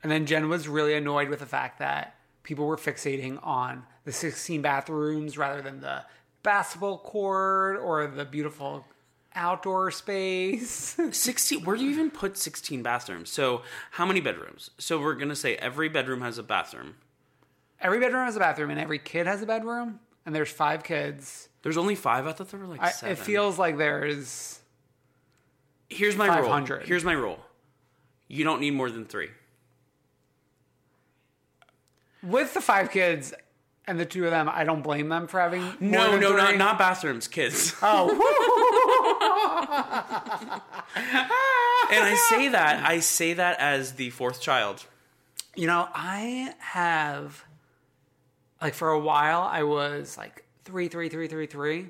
B: and then Jen was really annoyed with the fact that people were fixating on the 16 bathrooms rather than the basketball court or the beautiful outdoor space.
A: Sixteen. Where do you even put sixteen bathrooms? So how many bedrooms? So we're gonna say every bedroom has a bathroom.
B: every bedroom has a bathroom and every kid has a bedroom and there's five kids
A: There's only five. I thought there were like
B: I,
A: seven.
B: it feels like there's
A: Here's my rule.
B: 500.
A: Here's my rule. You don't need more than three.
B: with the five kids and the two of them i don't blame them for having more
A: No,
B: than
A: no, not
B: three. Oh.
A: not bathrooms, kids. and I say that I say that as the fourth child.
B: you know i have like for a while i was like three three three three three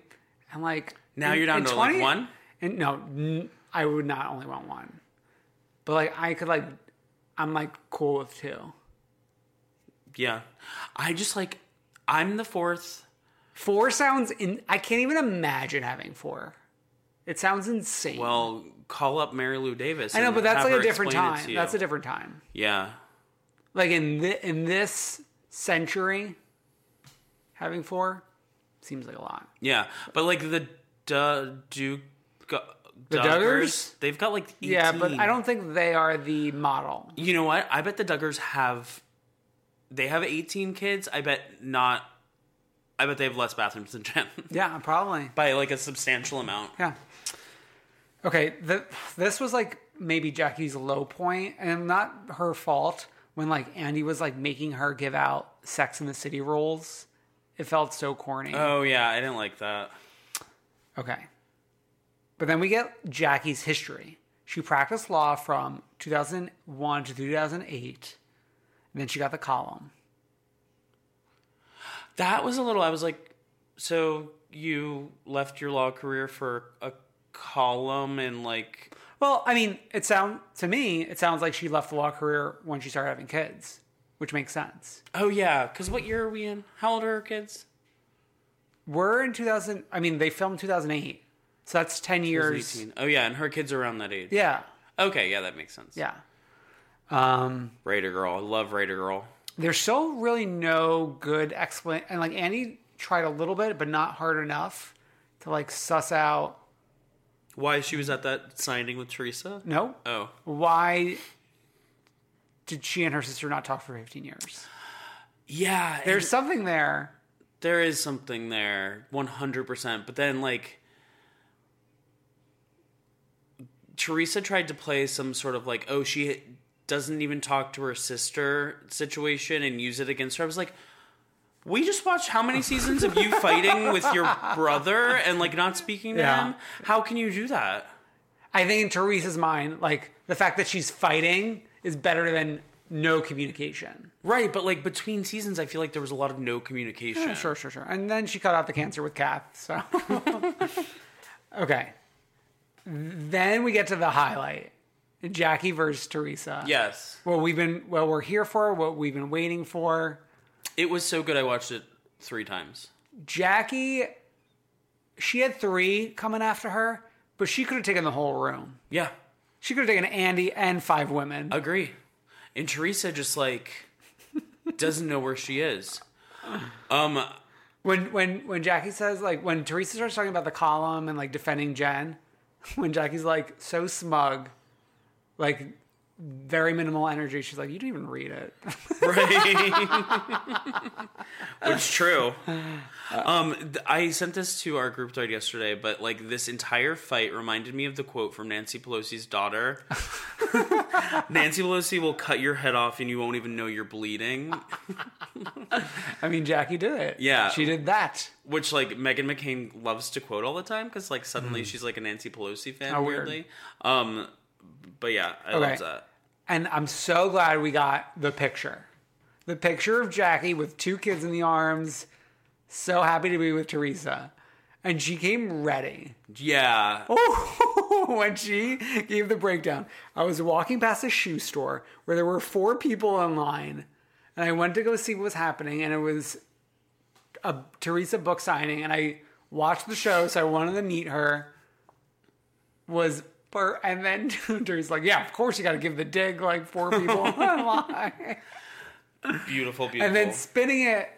B: and like
A: Now
B: in-
A: you're down
B: in
A: to, like,
B: 20
A: one?
B: and no n- i would not only want one but like i could like i'm like cool with two
A: Yeah, I just like I'm the fourth.
B: Four sounds in. I can't even imagine having four. It sounds insane.
A: Well, call up Mary Lou Davis.
B: I know,
A: and
B: but that's
A: have
B: like a
A: her
B: different
A: explain it to
B: time.
A: you.
B: That's a different time.
A: yeah.
B: Like in thi- in this century, having four seems like a lot.
A: Yeah, but like the du- Duke, uh,
B: The Duggars?
A: they've got like 18.
B: Yeah, but I don't think they are the model.
A: You know what? I bet the Duggars have they have 18 kids. I bet not. I bet they have less bathrooms than Jen
B: Yeah, probably.
A: by like a substantial amount.
B: Yeah. Okay, the, this was like maybe Jackie's low point, and not her fault. When like Andy was like making her give out Sex in the City rules, it felt so corny.
A: Oh yeah, I didn't like that.
B: Okay. But then we get Jackie's history. She practiced law from 2001 to 2008, and then she got the column.
A: That was a little. I was like, so you left your law career for a column and like
B: Well, I mean, it sound to me, it sounds like she left the law career when she started having kids, which makes sense.
A: oh yeah, because what year are we in? How old are her kids?
B: We're in 2000. I mean, they filmed 2008, so that's 10 years.
A: 18. Oh yeah, and her kids are around that age.
B: Yeah,
A: Okay, yeah, that makes sense.
B: yeah. Um,
A: Raider Girl. I love Raider Girl.
B: there's still really no good explanation. And like Andy tried a little bit, but not hard enough to like suss out.
A: Why she was at that signing with Teresa?
B: No,
A: Oh.
B: why did she and her sister not talk for 15 years?
A: Yeah.
B: There's something there.
A: there is something there 100% but then like teresa tried to play some sort of like oh she doesn't even talk to her sister situation and use it against her i was like we just watched how many seasons of you fighting with your brother and like not speaking to
B: Yeah.
A: him how can you do that
B: I think in Teresa's mind, like the fact that she's fighting is better than no communication.
A: right but like between seasons i feel like there was a lot of no communication
B: Yeah, Sure, sure, sure. And then she cut out the cancer with Kath. So, okay. Then we get to the highlight Jackie versus Teresa.
A: yes
B: What we've been, what we're here for, what we've been waiting for.
A: it was so good i watched it three times
B: Jackie, she had three coming after her, but she could have taken the whole room.
A: yeah
B: She could have taken Andy and five women.
A: Agree. And Teresa just like doesn't know where she is. Um
B: When when when Jackie says like when Teresa starts talking about the column and like defending Jen, when Jackie's like so smug, like very minimal energy, she's like, You didn't even read it.
A: it's true. Um th- I sent this to our group thread yesterday, but like this entire fight reminded me of the quote from Nancy Pelosi's daughter. Nancy Pelosi will cut your head off and you won't even know you're bleeding,
B: I mean Jackie did it.
A: Yeah.
B: She did that.
A: which like Megan McCain loves to quote all the time cuz like suddenly she's like a Nancy Pelosi fan
B: Hmm. How weird.
A: weirdly. Um but yeah, I
B: Okay.
A: love that.
B: And I'm so glad we got the picture. The picture of Jackie with two kids in the arms, so happy to be with Teresa. And she came ready.
A: Yeah.
B: when she gave the breakdown, I was walking past a shoe store where there were four people in line, and I went to go see what was happening, and it was a Teresa book signing, and I watched the show, so I wanted to meet her. Was per- and then Teresa's like, yeah, of course you got to give the dig like four people in line,
A: Beautiful, beautiful.
B: and then spinning it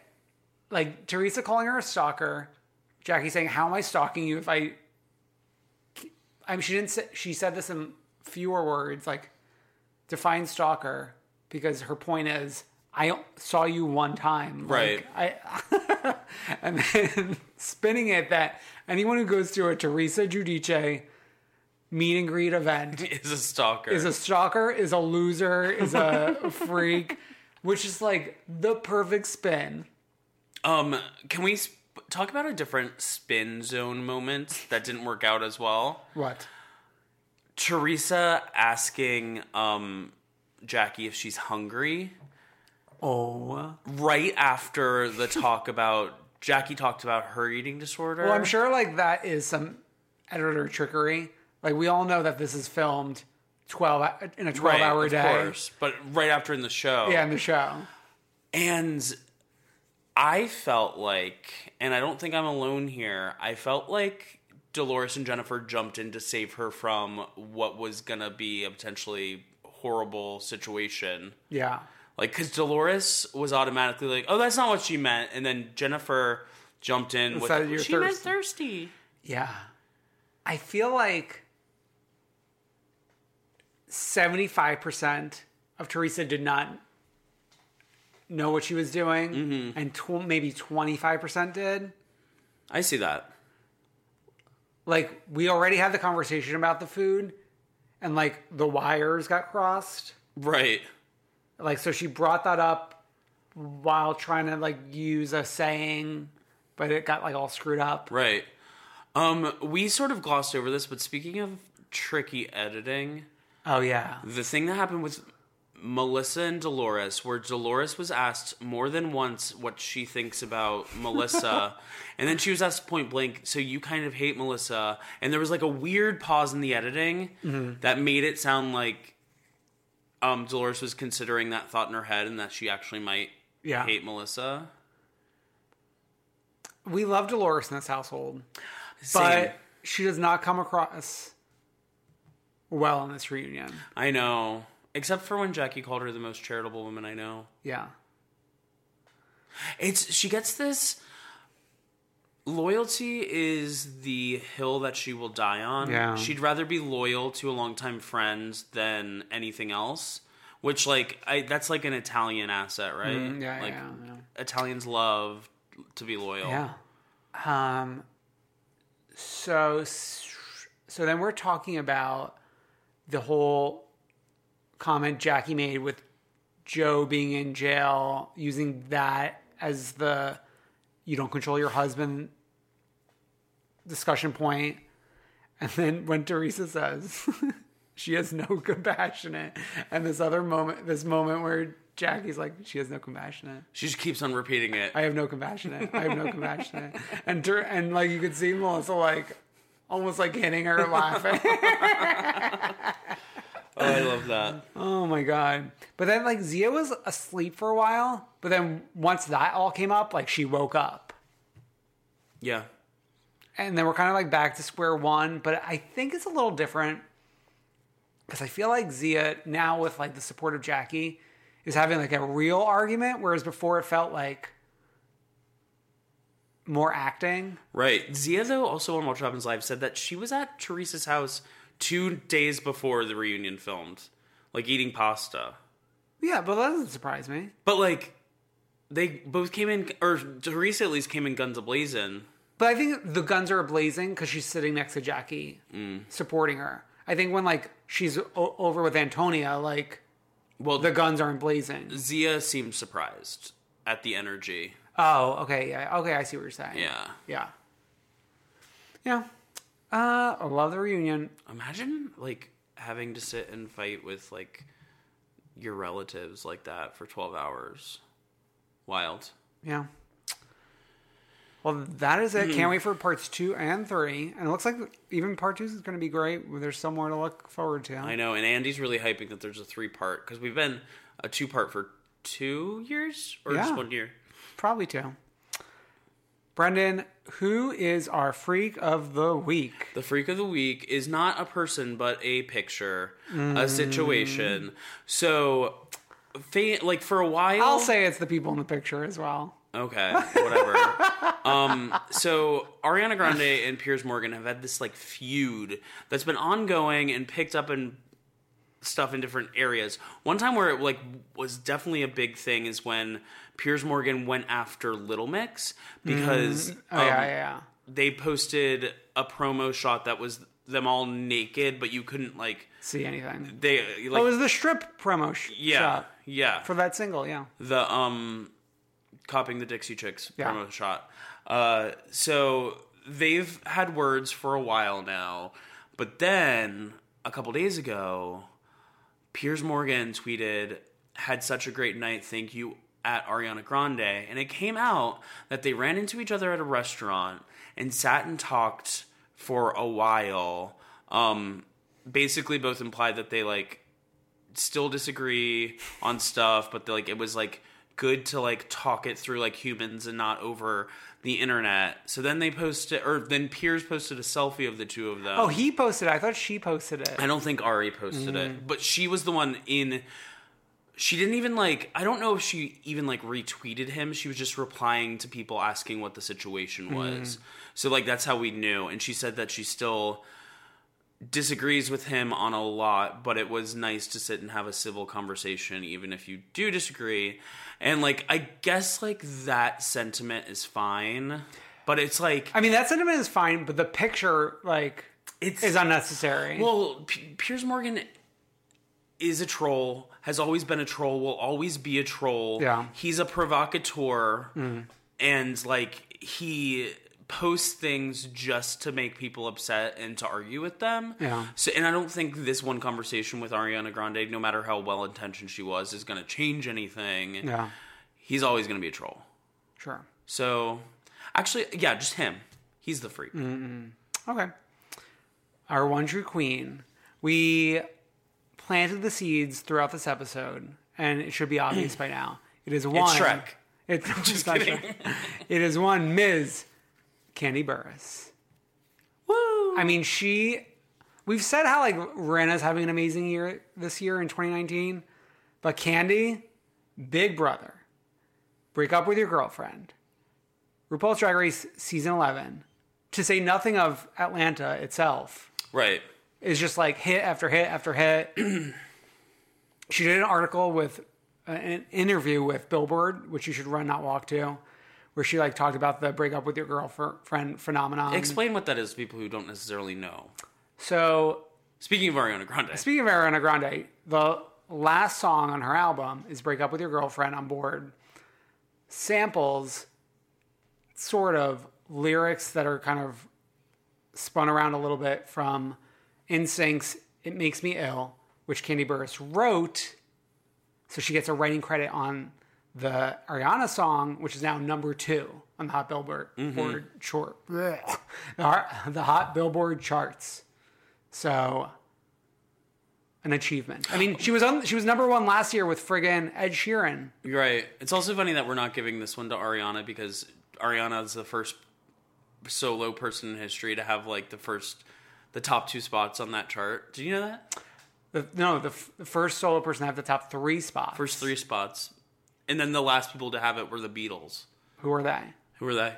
B: like Teresa calling her a stalker, Jackie saying, "How am I stalking you if I?" I mean, she didn't. Say, she said this in fewer words, like define stalker, because her point is, I saw you one time,
A: Right.
B: Like, I, and then spinning it that anyone who goes to a Teresa Giudice meet and greet event
A: is a stalker.
B: is a stalker, is a loser, is a freak, which is like the perfect spin.
A: um, can we sp- talk about a different spin zone moment that didn't work out as well?
B: What?
A: Teresa asking um Jackie if she's hungry
B: Oh.
A: right after the talk about Jackie talked about her eating disorder.
B: Well, Oh, I'm sure like that is some editor trickery. Like we all know that this is filmed twelve ho- in a twelve
A: Right,
B: hour
A: of
B: day.
A: course, but right after in the show.
B: Yeah, in the show.
A: And I felt like, and I don't think I'm alone here, I felt like Dolores and Jennifer jumped in to save her from what was going to be a potentially horrible situation.
B: Yeah.
A: Like, because Dolores was automatically like, oh, that's not what she meant. And then Jennifer jumped in with,
B: Instead of, "You're
A: she meant
B: thirsty."
A: thirsty.
B: Yeah. I feel like seventy five percent of Teresa did not know what she was doing,
A: Mm-hmm.
B: and tw- maybe twenty five percent did.
A: I see that.
B: Like we already had the conversation about the food, and like the wires got crossed.
A: Right.
B: like so she brought that up while trying to like use a saying but it got like all screwed up
A: Right. Um, we sort of glossed over this, but speaking of tricky editing,
B: oh yeah
A: the thing that happened with Melissa and Dolores, where Dolores was asked more than once what she thinks about Melissa, and then she was asked point blank, "So you kind of hate Melissa?" And there was like a weird pause in the editing that made it sound like um, Dolores was considering that thought in her head and that she actually might
B: yeah
A: hate Melissa.
B: we love dolores in this household
A: Same.
B: but she does not come across well in this reunion
A: I know, except for when Jackie called her the most charitable woman I know.
B: yeah
A: It's she gets this loyalty is the hill that she will die on.
B: Yeah.
A: She'd rather be loyal to a longtime friend than anything else. Which like I that's like an Italian asset, right?
B: Mm, yeah,
A: Mm, like
B: yeah,
A: Italians love to be loyal.
B: yeah um so so then we're talking about the whole comment Jackie made with Joe being in jail, using that as the you don't control your husband discussion point. And then when Teresa says she has no compassionate, and this other moment, this moment where Jackie's like, she has no compassionate.
A: She just keeps on repeating it.
B: I have no compassionate. I have no compassionate. And Ter- and like you could see Melissa like almost like hitting her laughing.
A: oh, I love that.
B: Oh my god! But then like Zia was asleep for a while, but then once that all came up, like she woke up,
A: Yeah.
B: and then we're kind of like back to square one. But I think it's a little different because I feel like Zia now with like the support of Jackie is having like a real argument, whereas before it felt like more acting.
A: Right. Zia though also on Watch What Happens Live said that she was at Teresa's house two days before the reunion filmed. Like eating pasta.
B: Yeah, but that doesn't surprise me.
A: But like, they both came in, or Teresa at least came in guns a blazing.
B: But I think the guns are blazing because she's sitting next to Jackie,
A: Mm.
B: supporting her. I think when like she's o- over with Antonia, like.
A: Well,
B: The guns aren't blazing.
A: Zia seemed surprised at the energy.
B: Oh, okay, yeah, okay, I see what you're saying.
A: Yeah.
B: yeah, yeah. Uh, I love the reunion.
A: Imagine like having to sit and fight with like your relatives like that for twelve hours. Wild.
B: Yeah. Well, that is it.
A: Mm-hmm.
B: Can't wait for parts two and three. And it looks like even part two is going to be great. There's somewhere to look forward to.
A: I know, and Andy's really hyping that there's a three part because we've been a two part for two years or
B: Yeah.
A: just one year.
B: Probably two. Brendan, who is our freak of the week?
A: The freak of the week is not a person, but a picture, a
B: Mm.
A: situation. So, fa- like for a while,
B: I'll say it's the people in the picture as well.
A: Okay, whatever. um, so Ariana Grande and Piers Morgan have had this like feud that's been ongoing and picked up in stuff in different areas. One time where it like was definitely a big thing is when Piers Morgan went after Little Mix because
B: Oh,
A: um,
B: yeah, yeah, yeah.
A: they posted a promo shot that was them all naked, but you couldn't like
B: See anything.
A: they like
B: oh, it was the strip promo sh-
A: yeah
B: shot
A: yeah
B: for that single, yeah.
A: the um copying the Dixie Chicks
B: Yeah.
A: promo shot. Uh, so they've had words for a while now, but then a couple days ago, Piers Morgan tweeted, "Had such a great night. Thank you." At Ariana Grande, and it came out that they ran into each other at a restaurant and sat and talked for a while. Um, basically, both implied that they like still disagree on stuff, but like it was like good to like talk it through like humans and not over the internet. So then they posted, or then Piers posted a selfie of the two of them.
B: Oh, he posted it. I thought she posted it.
A: I don't think Ari posted
B: Mm.
A: it, but she was the one in. She didn't even like. I don't know if she even like retweeted him. She was just replying to people asking what the
B: Mm.
A: situation was. So like that's how we knew. And she said that she still disagrees with him on a lot, but it was nice to sit and have a civil conversation, even if you do disagree. And like I guess like that sentiment is fine, but it's like
B: I mean, that sentiment is fine, but the picture, like,
A: It's-
B: is unnecessary.
A: Well, P- Piers Morgan is a troll. Has always been a troll. Will always be a troll.
B: Yeah. Mm.
A: he's a provocateur, and like he posts things just to make people upset and to argue with them.
B: Yeah.
A: So, and I don't think this one conversation with Ariana Grande, no matter how well intentioned she was, is going to change anything.
B: yeah,
A: He's always going to be a troll.
B: sure.
A: So, actually, yeah, just him. He's the freak.
B: Mm. Okay. Our one true queen. We planted the seeds throughout this episode, and it should be obvious by now. It is one.
A: Shrek.
B: It's just not Shrek. It is one Ms. Candy Burris. Woo! I mean, she. We've said how like Rana's having an amazing year this year in 2019, but Candy, Big Brother, break up with your girlfriend, RuPaul's Drag Race season 11, to say nothing of Atlanta itself
A: Right.
B: is just like hit after hit after hit. she did an article with uh, an interview with Billboard, which you should run not walk to, where she like talked about the break up with your girlfriend phenomenon.
A: Explain what that is to people who don't necessarily know.
B: so
A: Speaking of Ariana Grande,
B: speaking of Ariana Grande, the last song on her album is "Break Up with Your Girlfriend" on board. Samples, sort of lyrics that are kind of spun around a little bit from Instincts. It makes me ill, which Candy Burris wrote, so she gets a writing credit on the Ariana song, which is now number two on the Hot Billboard board chart, bleh, the har- the Hot Billboard charts. So an achievement. I mean, she was on she was number one last year with friggin' Ed Sheeran.
A: You're right. It's also funny that we're not giving this one to Ariana because Ariana is the first solo person in history to have like the first, the top two spots on that chart. Did you know that?
B: The, no, the, f- the first solo person to have the top three spots.
A: First three spots, and then the last people to have it were the Beatles.
B: Who are they?
A: Who were they?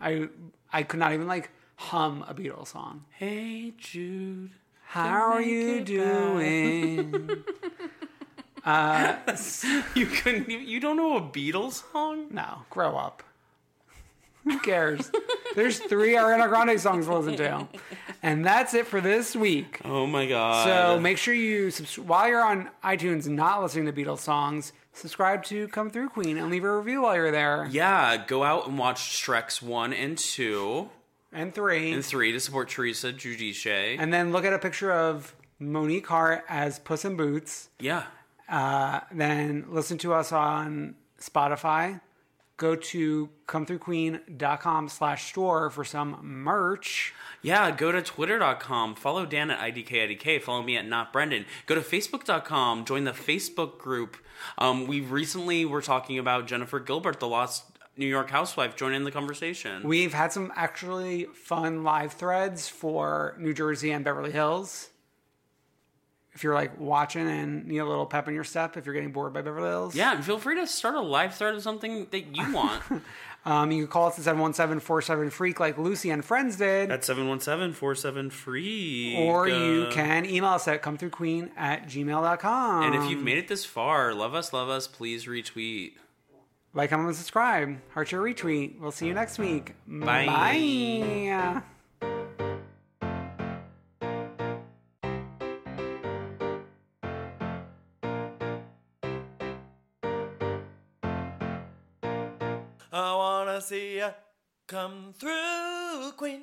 B: I I could not even like hum a Beatles song.
A: Hey Jude.
B: How are you doing?
A: You couldn't. You, you don't know a Beatles song?
B: no, grow up. Who cares? There's three Ariana Grande songs to listen to, and that's it for this week.
A: Oh my god.
B: So make sure you subs- while you're on iTunes, not listening to Beatles songs, subscribe to Come Through Queen and leave a review while you're there.
A: yeah, go out and watch Shrek's one and two
B: And three,
A: and three to support Teresa Giudice.
B: and then look at a picture of Monique Hart as Puss in Boots.
A: yeah.
B: Then listen to us on Spotify, Go to comethroughqueen.com slash store for some merch.
A: Yeah, go to twitter.com, follow Dan at IDKIDK, follow me at not Brendan. Go to facebook.com, join the Facebook group. Um, we recently were talking about Jennifer Gilbert, the lost New York housewife. Join in the conversation.
B: We've had some actually fun live threads for New Jersey and Beverly Hills. If you're like watching and need a little pep in your step, if you're getting bored by Beverly Hills,
A: yeah, and feel free to start a live thread of something that you want.
B: um, you can call us at 717 47 Freak like Lucy and friends did.
A: That's 717 47 free. uh,
B: or you can email us at come through queen at gmail.com.
A: And if you've made it this far, love us, love us, please retweet.
B: like, comment, and subscribe, heart your retweet. We'll see you next week.
A: Bye.
B: Bye.
G: I wanna see ya come through, Queen.